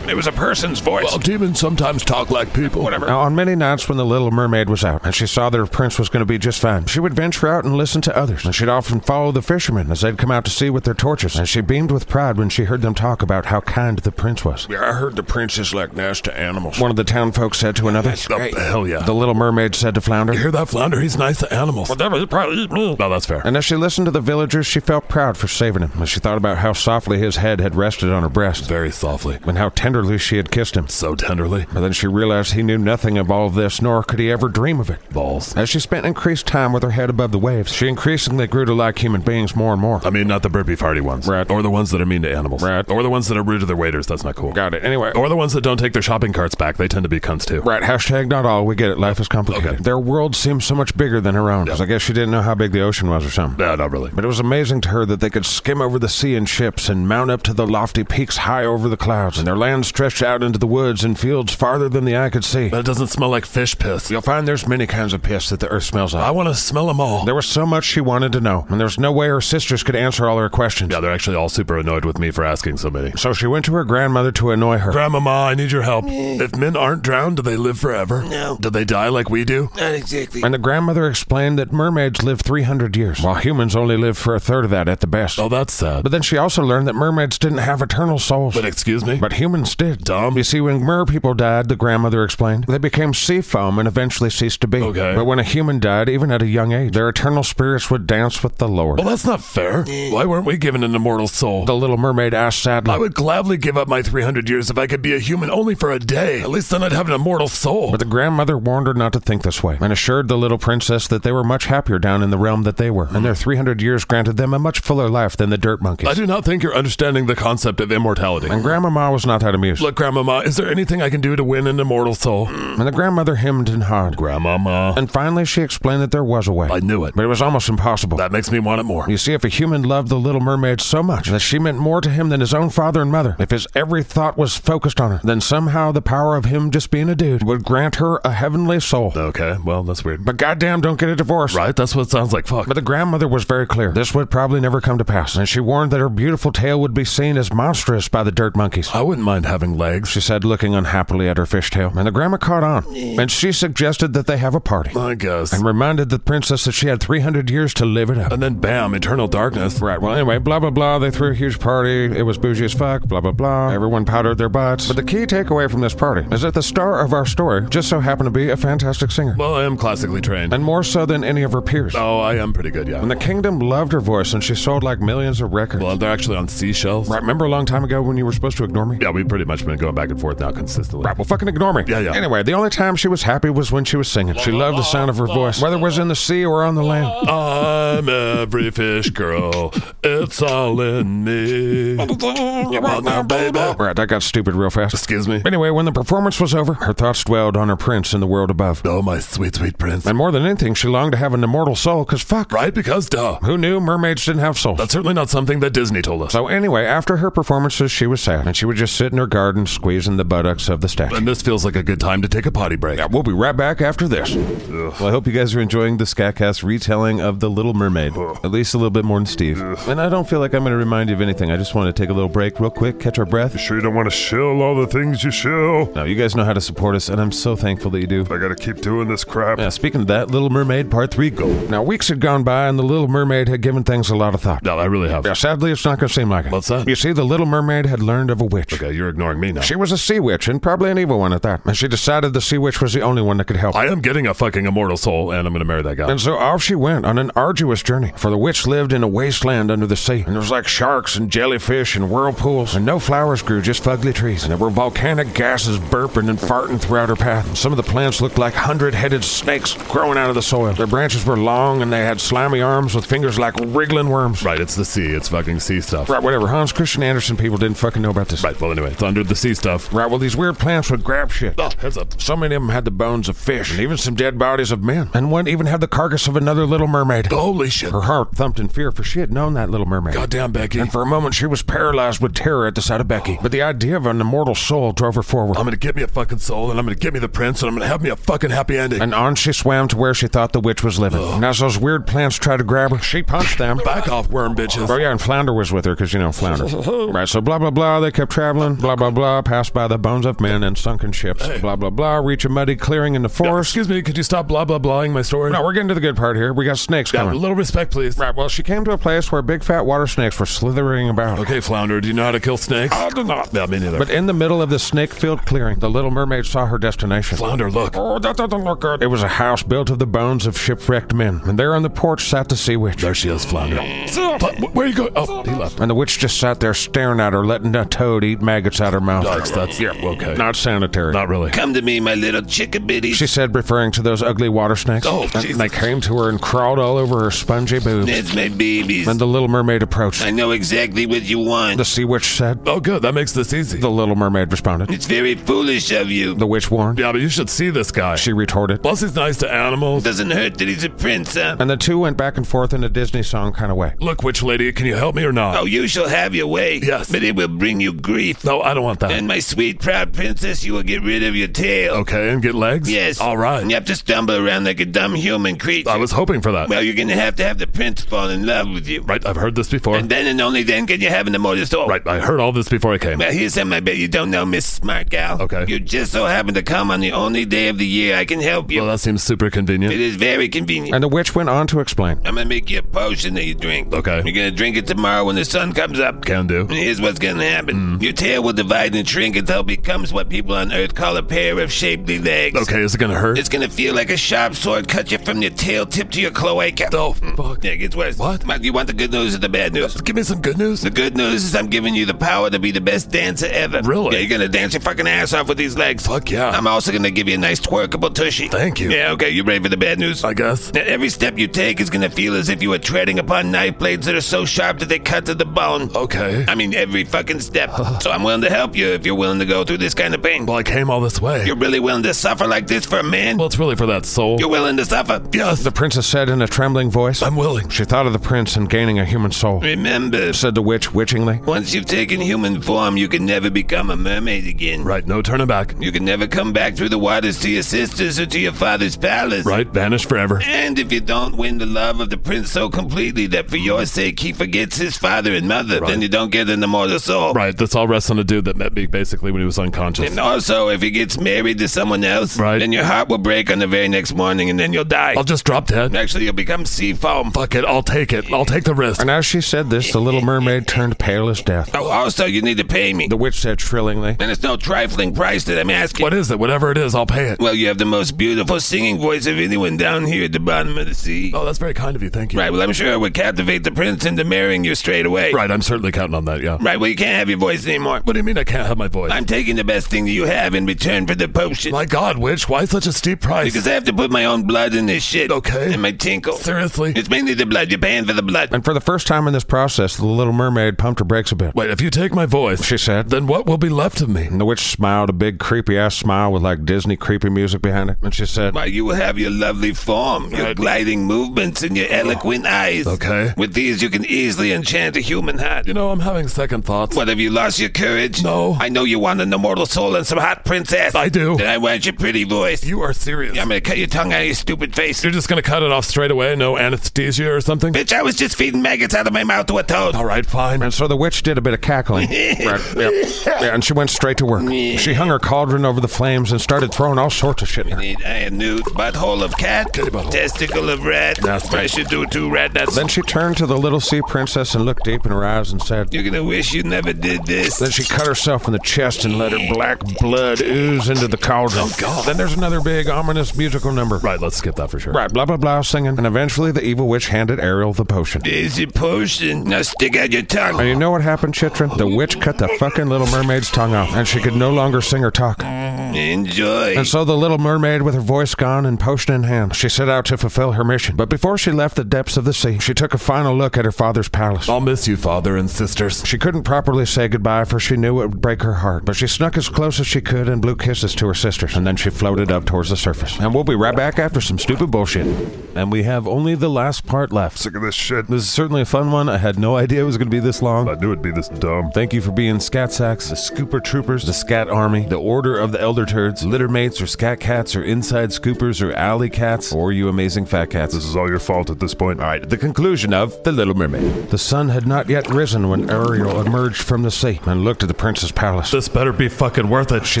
[SPEAKER 7] It was a person's voice.
[SPEAKER 4] Well, demons sometimes talk like people.
[SPEAKER 7] Whatever.
[SPEAKER 1] Now, on many nights when the little mermaid was out and she saw that her prince was going to be just fine, she would venture out and listen to others. And she'd often follow the fishermen as they'd come out to sea with their torches. And she beamed with pride when she heard them talk about how kind the prince was.
[SPEAKER 7] Yeah, I heard the prince is like nasty animals.
[SPEAKER 1] One of the town folk said to another.
[SPEAKER 7] That's great.
[SPEAKER 4] Oh, Hell yeah.
[SPEAKER 1] The little mermaid said to Flounder.
[SPEAKER 4] You hear that, Flounder? He's nice to animals.
[SPEAKER 6] Whatever, he probably eat me.
[SPEAKER 4] No, that's fair.
[SPEAKER 1] And as she listened to the villagers, she felt proud for saving him, as she thought about how softly his head had rested on her breast,
[SPEAKER 4] Very softly.
[SPEAKER 1] and how tenderly she had kissed him.
[SPEAKER 4] So tenderly.
[SPEAKER 1] But then she realized he knew nothing of all this, nor could he ever dream of it.
[SPEAKER 4] Balls.
[SPEAKER 1] As she spent increased time with her head above the waves, she increasingly grew to like human beings more and more.
[SPEAKER 4] I mean, not the burpee farty ones.
[SPEAKER 1] Right.
[SPEAKER 4] Or the ones that are mean to animals.
[SPEAKER 1] Right.
[SPEAKER 4] Or the ones that are rude to their waiters. That's not cool.
[SPEAKER 1] Got it. Anyway.
[SPEAKER 4] Or the ones that don't take their shopping carts back. They tend to be cunts too.
[SPEAKER 1] Right, hashtag not all. We get it. Life is complicated.
[SPEAKER 4] Okay.
[SPEAKER 1] Their world seemed so much bigger than her own, 'cause I guess she didn't know how big the ocean was or something.
[SPEAKER 4] No, not really.
[SPEAKER 1] But it was amazing to her that they could skim over the sea in ships and mount up to the lofty peaks high over the clouds, and their land stretched out into the woods and fields farther than the eye could see.
[SPEAKER 4] But it doesn't smell like fish piss.
[SPEAKER 1] You'll find there's many kinds of piss that the earth smells
[SPEAKER 4] I
[SPEAKER 1] of.
[SPEAKER 4] want to smell them all.
[SPEAKER 1] There was so much she wanted to know, and there was no way her sisters could answer all her questions.
[SPEAKER 4] yeah, they're actually all super annoyed with me for asking so many.
[SPEAKER 1] So she went to her grandmother to annoy her.
[SPEAKER 4] Grandmama, I need your help. If men aren't drowned, do they live forever?
[SPEAKER 8] No.
[SPEAKER 4] Do they die like we do?
[SPEAKER 8] Not exactly.
[SPEAKER 1] And the grandmother explained that mermaids live 300 years, while humans only live for a third of that at the best.
[SPEAKER 4] Oh, that's sad.
[SPEAKER 1] But then she also learned that mermaids didn't have eternal souls.
[SPEAKER 4] But excuse me?
[SPEAKER 1] But humans did.
[SPEAKER 4] Dumb.
[SPEAKER 1] You see, when mer people died, the grandmother explained, they became sea foam and eventually ceased to be.
[SPEAKER 4] Okay.
[SPEAKER 1] But when a human died, even at a young age, their eternal spirits would dance with the Lord.
[SPEAKER 4] well, that's not fair. Why weren't we given an immortal soul?
[SPEAKER 1] The little mermaid asked sadly.
[SPEAKER 4] I would gladly give up my 300 years if I could be a human only for a day. At least then I'd have an immortal soul.
[SPEAKER 1] But the grandmother warned her not to think this way and assured the little princess that they were much happier down in the realm that they were, and their 300 years granted them a much fuller life than the dirt monkeys.
[SPEAKER 4] I do not think you're understanding the concept of immortality.
[SPEAKER 1] and Grandmama was not that amused.
[SPEAKER 4] Look, Grandmama, is there anything I can do to win an immortal soul?
[SPEAKER 1] And the grandmother hemmed and hawed.
[SPEAKER 4] Grandmama.
[SPEAKER 1] And finally, she explained that there was a way,
[SPEAKER 4] I knew it.
[SPEAKER 1] but it was almost impossible.
[SPEAKER 4] That makes me want it more.
[SPEAKER 1] You see, if a human loved the little mermaid so much that she meant more to him than his own father and mother, if his every thought was focused on her, then somehow the power of him just being a dude would grant her a heavenly soul.
[SPEAKER 4] Okay, well, that's weird.
[SPEAKER 1] But goddamn, don't get a divorce.
[SPEAKER 4] Right? That's what it sounds like. Fuck.
[SPEAKER 1] But the grandmother was very clear. This would probably never come to pass, and she warned that her beautiful tail would be seen as monstrous by the dirt monkeys.
[SPEAKER 4] I wouldn't mind having legs.
[SPEAKER 1] She said, looking unhappily at her fishtail. And the grandma caught on, and she suggested that they have a party,
[SPEAKER 4] I guess.
[SPEAKER 1] and reminded the princess that she had 300 years to live it up.
[SPEAKER 4] And then bam, eternal darkness.
[SPEAKER 1] Right. Well, anyway, blah blah blah. They threw a huge party. It was bougie as fuck. Blah blah blah. Everyone powdered their butts. But the key takeaway from this party is that the star of our story just so happened to be a fantastic singer,
[SPEAKER 4] Well, I am classically trained.
[SPEAKER 1] and more so than any of her peers.
[SPEAKER 4] Oh, I am pretty good, yeah.
[SPEAKER 1] And the kingdom loved her voice, and she sold like millions of records.
[SPEAKER 4] Well, they're actually on seashells.
[SPEAKER 1] Right. Remember a long time ago when you were supposed to ignore me?
[SPEAKER 4] Yeah, we've pretty much been going back and forth now consistently.
[SPEAKER 1] Right, well, fucking ignore me.
[SPEAKER 4] Yeah, yeah.
[SPEAKER 1] Anyway, the only time she was happy was when she was singing. She loved the sound of her voice, whether it was in the sea or on the land.
[SPEAKER 4] I'm every fish girl. It's all in me. Come on now, baby.
[SPEAKER 1] Right, that got stupid real fast.
[SPEAKER 4] Excuse me.
[SPEAKER 1] Anyway, when the performance was over, her thoughts dwelled on her prince in the world above.
[SPEAKER 4] Oh, my sweet, sweet prince.
[SPEAKER 1] And more than anything, she longed to have an immortal soul, because fuck,
[SPEAKER 4] Right? Because, duh.
[SPEAKER 1] who knew mermaids didn't have souls?
[SPEAKER 4] That's certainly not something that Disney told us.
[SPEAKER 1] So anyway, after her performances, she was sad, and she would just sit in her garden, squeezing the buttocks of the statue.
[SPEAKER 4] And this feels like a good time to take a potty break.
[SPEAKER 1] Yeah, we'll be right back after this.
[SPEAKER 5] Well, I hope you guys are enjoying the Scatcast retelling of The Little Mermaid. At least a little bit more than Steve. And I don't feel like I'm going to remind you of anything. I just want to take a little break real quick, catch our breath.
[SPEAKER 2] Sure you don't want to shill all the things you shill?
[SPEAKER 5] Now, you guys know how to support us, and I'm so thankful that you do.
[SPEAKER 2] I gotta keep doing this crap.
[SPEAKER 5] Now, speaking of that, Little Mermaid Part 3, go.
[SPEAKER 1] Now, weeks had gone by, and the Little Mermaid had given things a lot of thought.
[SPEAKER 4] No, I really have.
[SPEAKER 1] Yeah, sadly, it's not going to seem like it.
[SPEAKER 4] What's that?
[SPEAKER 1] You see, the Little Mermaid had learned of a witch.
[SPEAKER 4] Okay, you're ignoring me now.
[SPEAKER 1] She was a sea witch, and probably an evil one at that. And she decided the sea witch was the only one that could help.
[SPEAKER 4] I am getting a fucking immortal soul, and I'm gonna marry that guy.
[SPEAKER 1] And so off she went on an arduous journey, for the witch lived in a wasteland under the sea, and there was like sharks and jellyfish and whirlpools, and no flowers grew, just fugly trees. And there were volcanic gases burping and farting throughout her path. And some of the plants looked like hundred headed snakes growing out of the soil. Their branches were long and they had slimy arms with fingers like wriggling worms.
[SPEAKER 4] Right, it's the sea. It's fucking sea stuff.
[SPEAKER 1] Right, whatever. Hans Christian Andersen people didn't fucking know about this.
[SPEAKER 4] Right, well, anyway, it's under the sea stuff.
[SPEAKER 1] Right, well, these weird plants would grab shit.
[SPEAKER 4] Oh, heads up.
[SPEAKER 1] So many of them had the bones of fish, and even some dead bodies of men. And one even had the carcass of another little mermaid.
[SPEAKER 4] Holy shit.
[SPEAKER 1] Her heart thumped in fear, for she had known that little mermaid.
[SPEAKER 4] Goddamn, Becky.
[SPEAKER 1] And for a moment, she was paralyzed with terror at the sight of Becky. But the idea of an immortal soul drove her forward.
[SPEAKER 4] I'm gonna get me a fucking soul, and I'm gonna get me the prince, and I'm gonna have me a fucking happy ending.
[SPEAKER 1] And on she swam to where she thought the witch was living. And as those weird plants tried to grab her, she punched them.
[SPEAKER 4] Back off, worm
[SPEAKER 1] Oh
[SPEAKER 4] bitches.
[SPEAKER 1] yeah, and Flounder was with her because you know Flounder. right. So blah blah blah. They kept traveling. Blah blah blah. Passed by the bones of men and sunken ships. Blah blah blah. Reach a muddy clearing in the forest.
[SPEAKER 4] Excuse me, could you stop blah blah blahing my story?
[SPEAKER 1] no, we're getting to the good part here. We got snakes
[SPEAKER 4] yeah, a
[SPEAKER 1] coming.
[SPEAKER 4] little respect, please.
[SPEAKER 1] right. Well, she came to a place where big fat water snakes were slithering about.
[SPEAKER 4] Okay, Flounder, do you know how to kill snakes? I do not. Yeah, me neither.
[SPEAKER 1] But in the middle of the snake-filled clearing, the little mermaid saw her destination.
[SPEAKER 4] Flounder, look.
[SPEAKER 1] Oh, that doesn't look good. It was a house built of the bones of shipwrecked men, and there on the porch sat the sea witch.
[SPEAKER 4] There she is, Flounder. Fl- Where are you going? Oh, he left.
[SPEAKER 1] And the witch just sat there staring at her, letting a toad eat maggots out her mouth.
[SPEAKER 4] That's, that's, yeah, okay.
[SPEAKER 1] Not sanitary.
[SPEAKER 4] Not really.
[SPEAKER 8] Come to me, my little chickabiddy.
[SPEAKER 1] She said, referring to those ugly water snakes.
[SPEAKER 4] Oh,
[SPEAKER 1] and
[SPEAKER 4] Jesus.
[SPEAKER 1] they came to her and crawled all over her spongy boobs.
[SPEAKER 8] That's my babies.
[SPEAKER 1] And the little mermaid approached.
[SPEAKER 8] I know exactly what you want.
[SPEAKER 1] The sea witch said.
[SPEAKER 4] Oh, good. That makes this easy.
[SPEAKER 1] The little mermaid responded.
[SPEAKER 8] It's very foolish of you.
[SPEAKER 1] The witch warned.
[SPEAKER 4] Yeah, but you should see this guy.
[SPEAKER 1] She retorted.
[SPEAKER 4] Plus, he's nice to animals.
[SPEAKER 8] Doesn't hurt that he's a prince,
[SPEAKER 2] Ah.
[SPEAKER 8] huh?
[SPEAKER 1] And the two went back and forth in a Disney song kind of way.
[SPEAKER 4] Look, witch lady, can you help me or not?
[SPEAKER 8] Oh, you shall have your way.
[SPEAKER 4] Yes.
[SPEAKER 8] But it will bring you grief.
[SPEAKER 4] No, I don't want
[SPEAKER 2] Ah.
[SPEAKER 4] that.
[SPEAKER 8] And my sweet, proud princess, you will get rid of your tail.
[SPEAKER 4] okay, and get legs?
[SPEAKER 8] Yes.
[SPEAKER 4] All right.
[SPEAKER 8] And you have to stumble around like a dumb human creature.
[SPEAKER 4] I was hoping for that.
[SPEAKER 8] well, you're going to have to have the prince fall in love with you.
[SPEAKER 4] Right, I've heard this before.
[SPEAKER 8] And then and only then can you have an immortal soul.
[SPEAKER 4] right, I heard all this before I came.
[SPEAKER 8] Well, here's something I bet you don't know, Miss Smart Gal.
[SPEAKER 4] Okay.
[SPEAKER 8] You just so happen to come on the only day of the year I can help you.
[SPEAKER 4] Well, that seems super
[SPEAKER 8] it
[SPEAKER 4] convenient.
[SPEAKER 8] is very convenient.
[SPEAKER 1] And the witch went on to explain.
[SPEAKER 8] I'm gonna make you a potion that you drink.
[SPEAKER 4] Okay.
[SPEAKER 8] You're gonna drink it tomorrow when the sun comes up.
[SPEAKER 4] Can do.
[SPEAKER 8] And here's what's gonna happen.
[SPEAKER 4] Mm.
[SPEAKER 8] Your tail will divide and shrink until it becomes what people on Earth call a pair of shapely legs.
[SPEAKER 4] Okay, is it gonna hurt?
[SPEAKER 8] It's gonna feel like a sharp sword cut you from your tail tip to your cloaca.
[SPEAKER 4] Oh, fuck.
[SPEAKER 8] Yeah, it gets worse.
[SPEAKER 4] What?
[SPEAKER 8] Mike, you want the good news or the bad news?
[SPEAKER 4] Give me some good news.
[SPEAKER 8] The good news is I'm giving you the power to be the best dancer ever.
[SPEAKER 4] Really?
[SPEAKER 8] Yeah, you're gonna dance your fucking ass off with these legs.
[SPEAKER 4] Fuck yeah.
[SPEAKER 8] I'm also gonna give you a nice twerkable tushy.
[SPEAKER 4] Thank you.
[SPEAKER 8] Yeah, okay, you ready for the bad news?
[SPEAKER 4] I guess.
[SPEAKER 8] Now, every step you take is gonna feel as if you were treading upon knife blades that are so sharp that they cut to the bone.
[SPEAKER 4] Okay.
[SPEAKER 8] I mean, every fucking step. so I'm willing to help you if you're willing to go through this kind of pain.
[SPEAKER 4] Well, I came all this way.
[SPEAKER 8] You're really willing to suffer like this for a man?
[SPEAKER 4] well, it's really for that soul.
[SPEAKER 8] You're willing to suffer?
[SPEAKER 4] yes,
[SPEAKER 1] The princess said in a trembling voice.
[SPEAKER 4] I'm willing.
[SPEAKER 1] She thought of the prince and gaining a human soul.
[SPEAKER 8] Remember,
[SPEAKER 1] Said the witch witchingly.
[SPEAKER 8] once you've taken human form, you can never become a mermaid again.
[SPEAKER 4] Right, no turning back.
[SPEAKER 8] You can never come back through the waters to your sisters or to your father's palace.
[SPEAKER 4] Right, vanish forever.
[SPEAKER 8] And if you don't win the love of the prince so completely that for your sake he forgets his father and mother, then you don't get an immortal soul.
[SPEAKER 4] Right, this all rests on a dude that met me basically when he was unconscious.
[SPEAKER 8] And also, if he gets married to someone else,
[SPEAKER 4] Right.
[SPEAKER 8] then your heart will break on the very next morning and then you'll die.
[SPEAKER 4] I'll just drop dead.
[SPEAKER 8] Actually, you'll become sea foam.
[SPEAKER 4] Fuck it, I'll take it. I'll take the risk.
[SPEAKER 1] And as she said this, the little mermaid turned pale as death.
[SPEAKER 8] Oh, also, you need to pay me.
[SPEAKER 1] The witch said shrillingly.
[SPEAKER 8] And it's no trifling price that I'm asking.
[SPEAKER 4] What is it? Whatever it is, I'll pay it.
[SPEAKER 8] Well, you have the most beautiful singing voice of anyone down here at the bottom of the sea.
[SPEAKER 4] Oh, that's very kind of you. Thank you.
[SPEAKER 8] Right, well, I'm sure it would captivate the prince into marrying you straight away.
[SPEAKER 4] Right, I'm certainly counting on that, yeah.
[SPEAKER 8] Right, well, you can't have your voice anymore.
[SPEAKER 4] What do you mean I can't have my voice?
[SPEAKER 8] I'm taking the best thing that you have in return for the potion.
[SPEAKER 4] My God, witch, why such a steep price?
[SPEAKER 8] Because I have to put my own blood in this shit.
[SPEAKER 4] Okay.
[SPEAKER 8] And my tinkle.
[SPEAKER 4] Seriously?
[SPEAKER 8] It's mainly the blood. You're paying for the blood.
[SPEAKER 1] And for the first time in this process, the little mermaid pumped her brakes a bit.
[SPEAKER 4] Wait, if you take my voice,
[SPEAKER 1] She said.
[SPEAKER 4] then what will be left of me?
[SPEAKER 1] And the witch smiled a big creepy ass smile with like Disney creepy music behind it. And she said,
[SPEAKER 8] Why, you have your lovely form, your gliding movements, and your eloquent eyes.
[SPEAKER 4] Okay.
[SPEAKER 8] With these, you can easily enchant a human heart.
[SPEAKER 4] You know, I'm having second thoughts.
[SPEAKER 8] What, have you lost your courage?
[SPEAKER 4] No.
[SPEAKER 8] I know you want an immortal soul and some hot princess.
[SPEAKER 4] I do.
[SPEAKER 8] Then I want your pretty voice.
[SPEAKER 4] You are serious.
[SPEAKER 8] I'm gonna cut your tongue out of your stupid face.
[SPEAKER 4] You're just gonna cut it off straight away, no anesthesia or something?
[SPEAKER 8] Bitch, I was just feeding maggots out of my mouth to a toad.
[SPEAKER 4] All right, fine.
[SPEAKER 1] and so the witch did a bit of cackling. right, yep. yeah, and she went straight to work. She hung her cauldron over the flames and started throwing all sorts of shit in her.
[SPEAKER 8] Need I a nude butthole of cat, testicle of rat.
[SPEAKER 4] Nasty.
[SPEAKER 8] I should do two rat nuts.
[SPEAKER 1] Then she turned to the little sea princess and looked deep in her eyes and said,
[SPEAKER 8] You're gonna wish you never did this.
[SPEAKER 1] Then she cut herself in the chest and let her black blood ooze into the cauldron. Oh, God. Then there's another big, ominous musical number.
[SPEAKER 4] Right, let's skip that for sure.
[SPEAKER 1] Right, blah, blah, blah, singing. And eventually the evil witch handed Ariel the potion.
[SPEAKER 8] There's your potion. Now stick out your tongue tongue.
[SPEAKER 1] And you know what happened, Chitrin? The witch cut the fucking Little Mermaid's tongue off, and she could no longer sing or talk.
[SPEAKER 8] Enjoy.
[SPEAKER 1] And so the little mermaid, with her voice gone and potion in hand, she set out to fulfill her mission. But before she left the depths of the sea, she took a final look at her father's palace.
[SPEAKER 4] I'll miss you, father and sisters.
[SPEAKER 1] She couldn't properly say goodbye, for she knew it would break her heart. But she snuck as close as she could and blew kisses to her sisters, and then she floated up towards the surface. And we'll be right back after some stupid bullshit. And we have only the last part left.
[SPEAKER 9] Sick of this shit.
[SPEAKER 5] This is certainly a fun one. I had no idea it was going to be this long.
[SPEAKER 9] I knew it'd be this dumb.
[SPEAKER 5] Thank you for being Scat Sacks, the Scooper Troopers, the Scat Army, the Order of the Elder Turds, Littermates, or Scat Cats, or Inside Scoopers, or Alley Cats, or you amazing fat cats.
[SPEAKER 9] This is all your fault at this point.
[SPEAKER 5] All right, the conclusion of The Little Mermaid.
[SPEAKER 1] The sun had not yet risen when Ariel emerged from the sea and looked at the prince's palace.
[SPEAKER 4] This better be fucking worth it.
[SPEAKER 1] She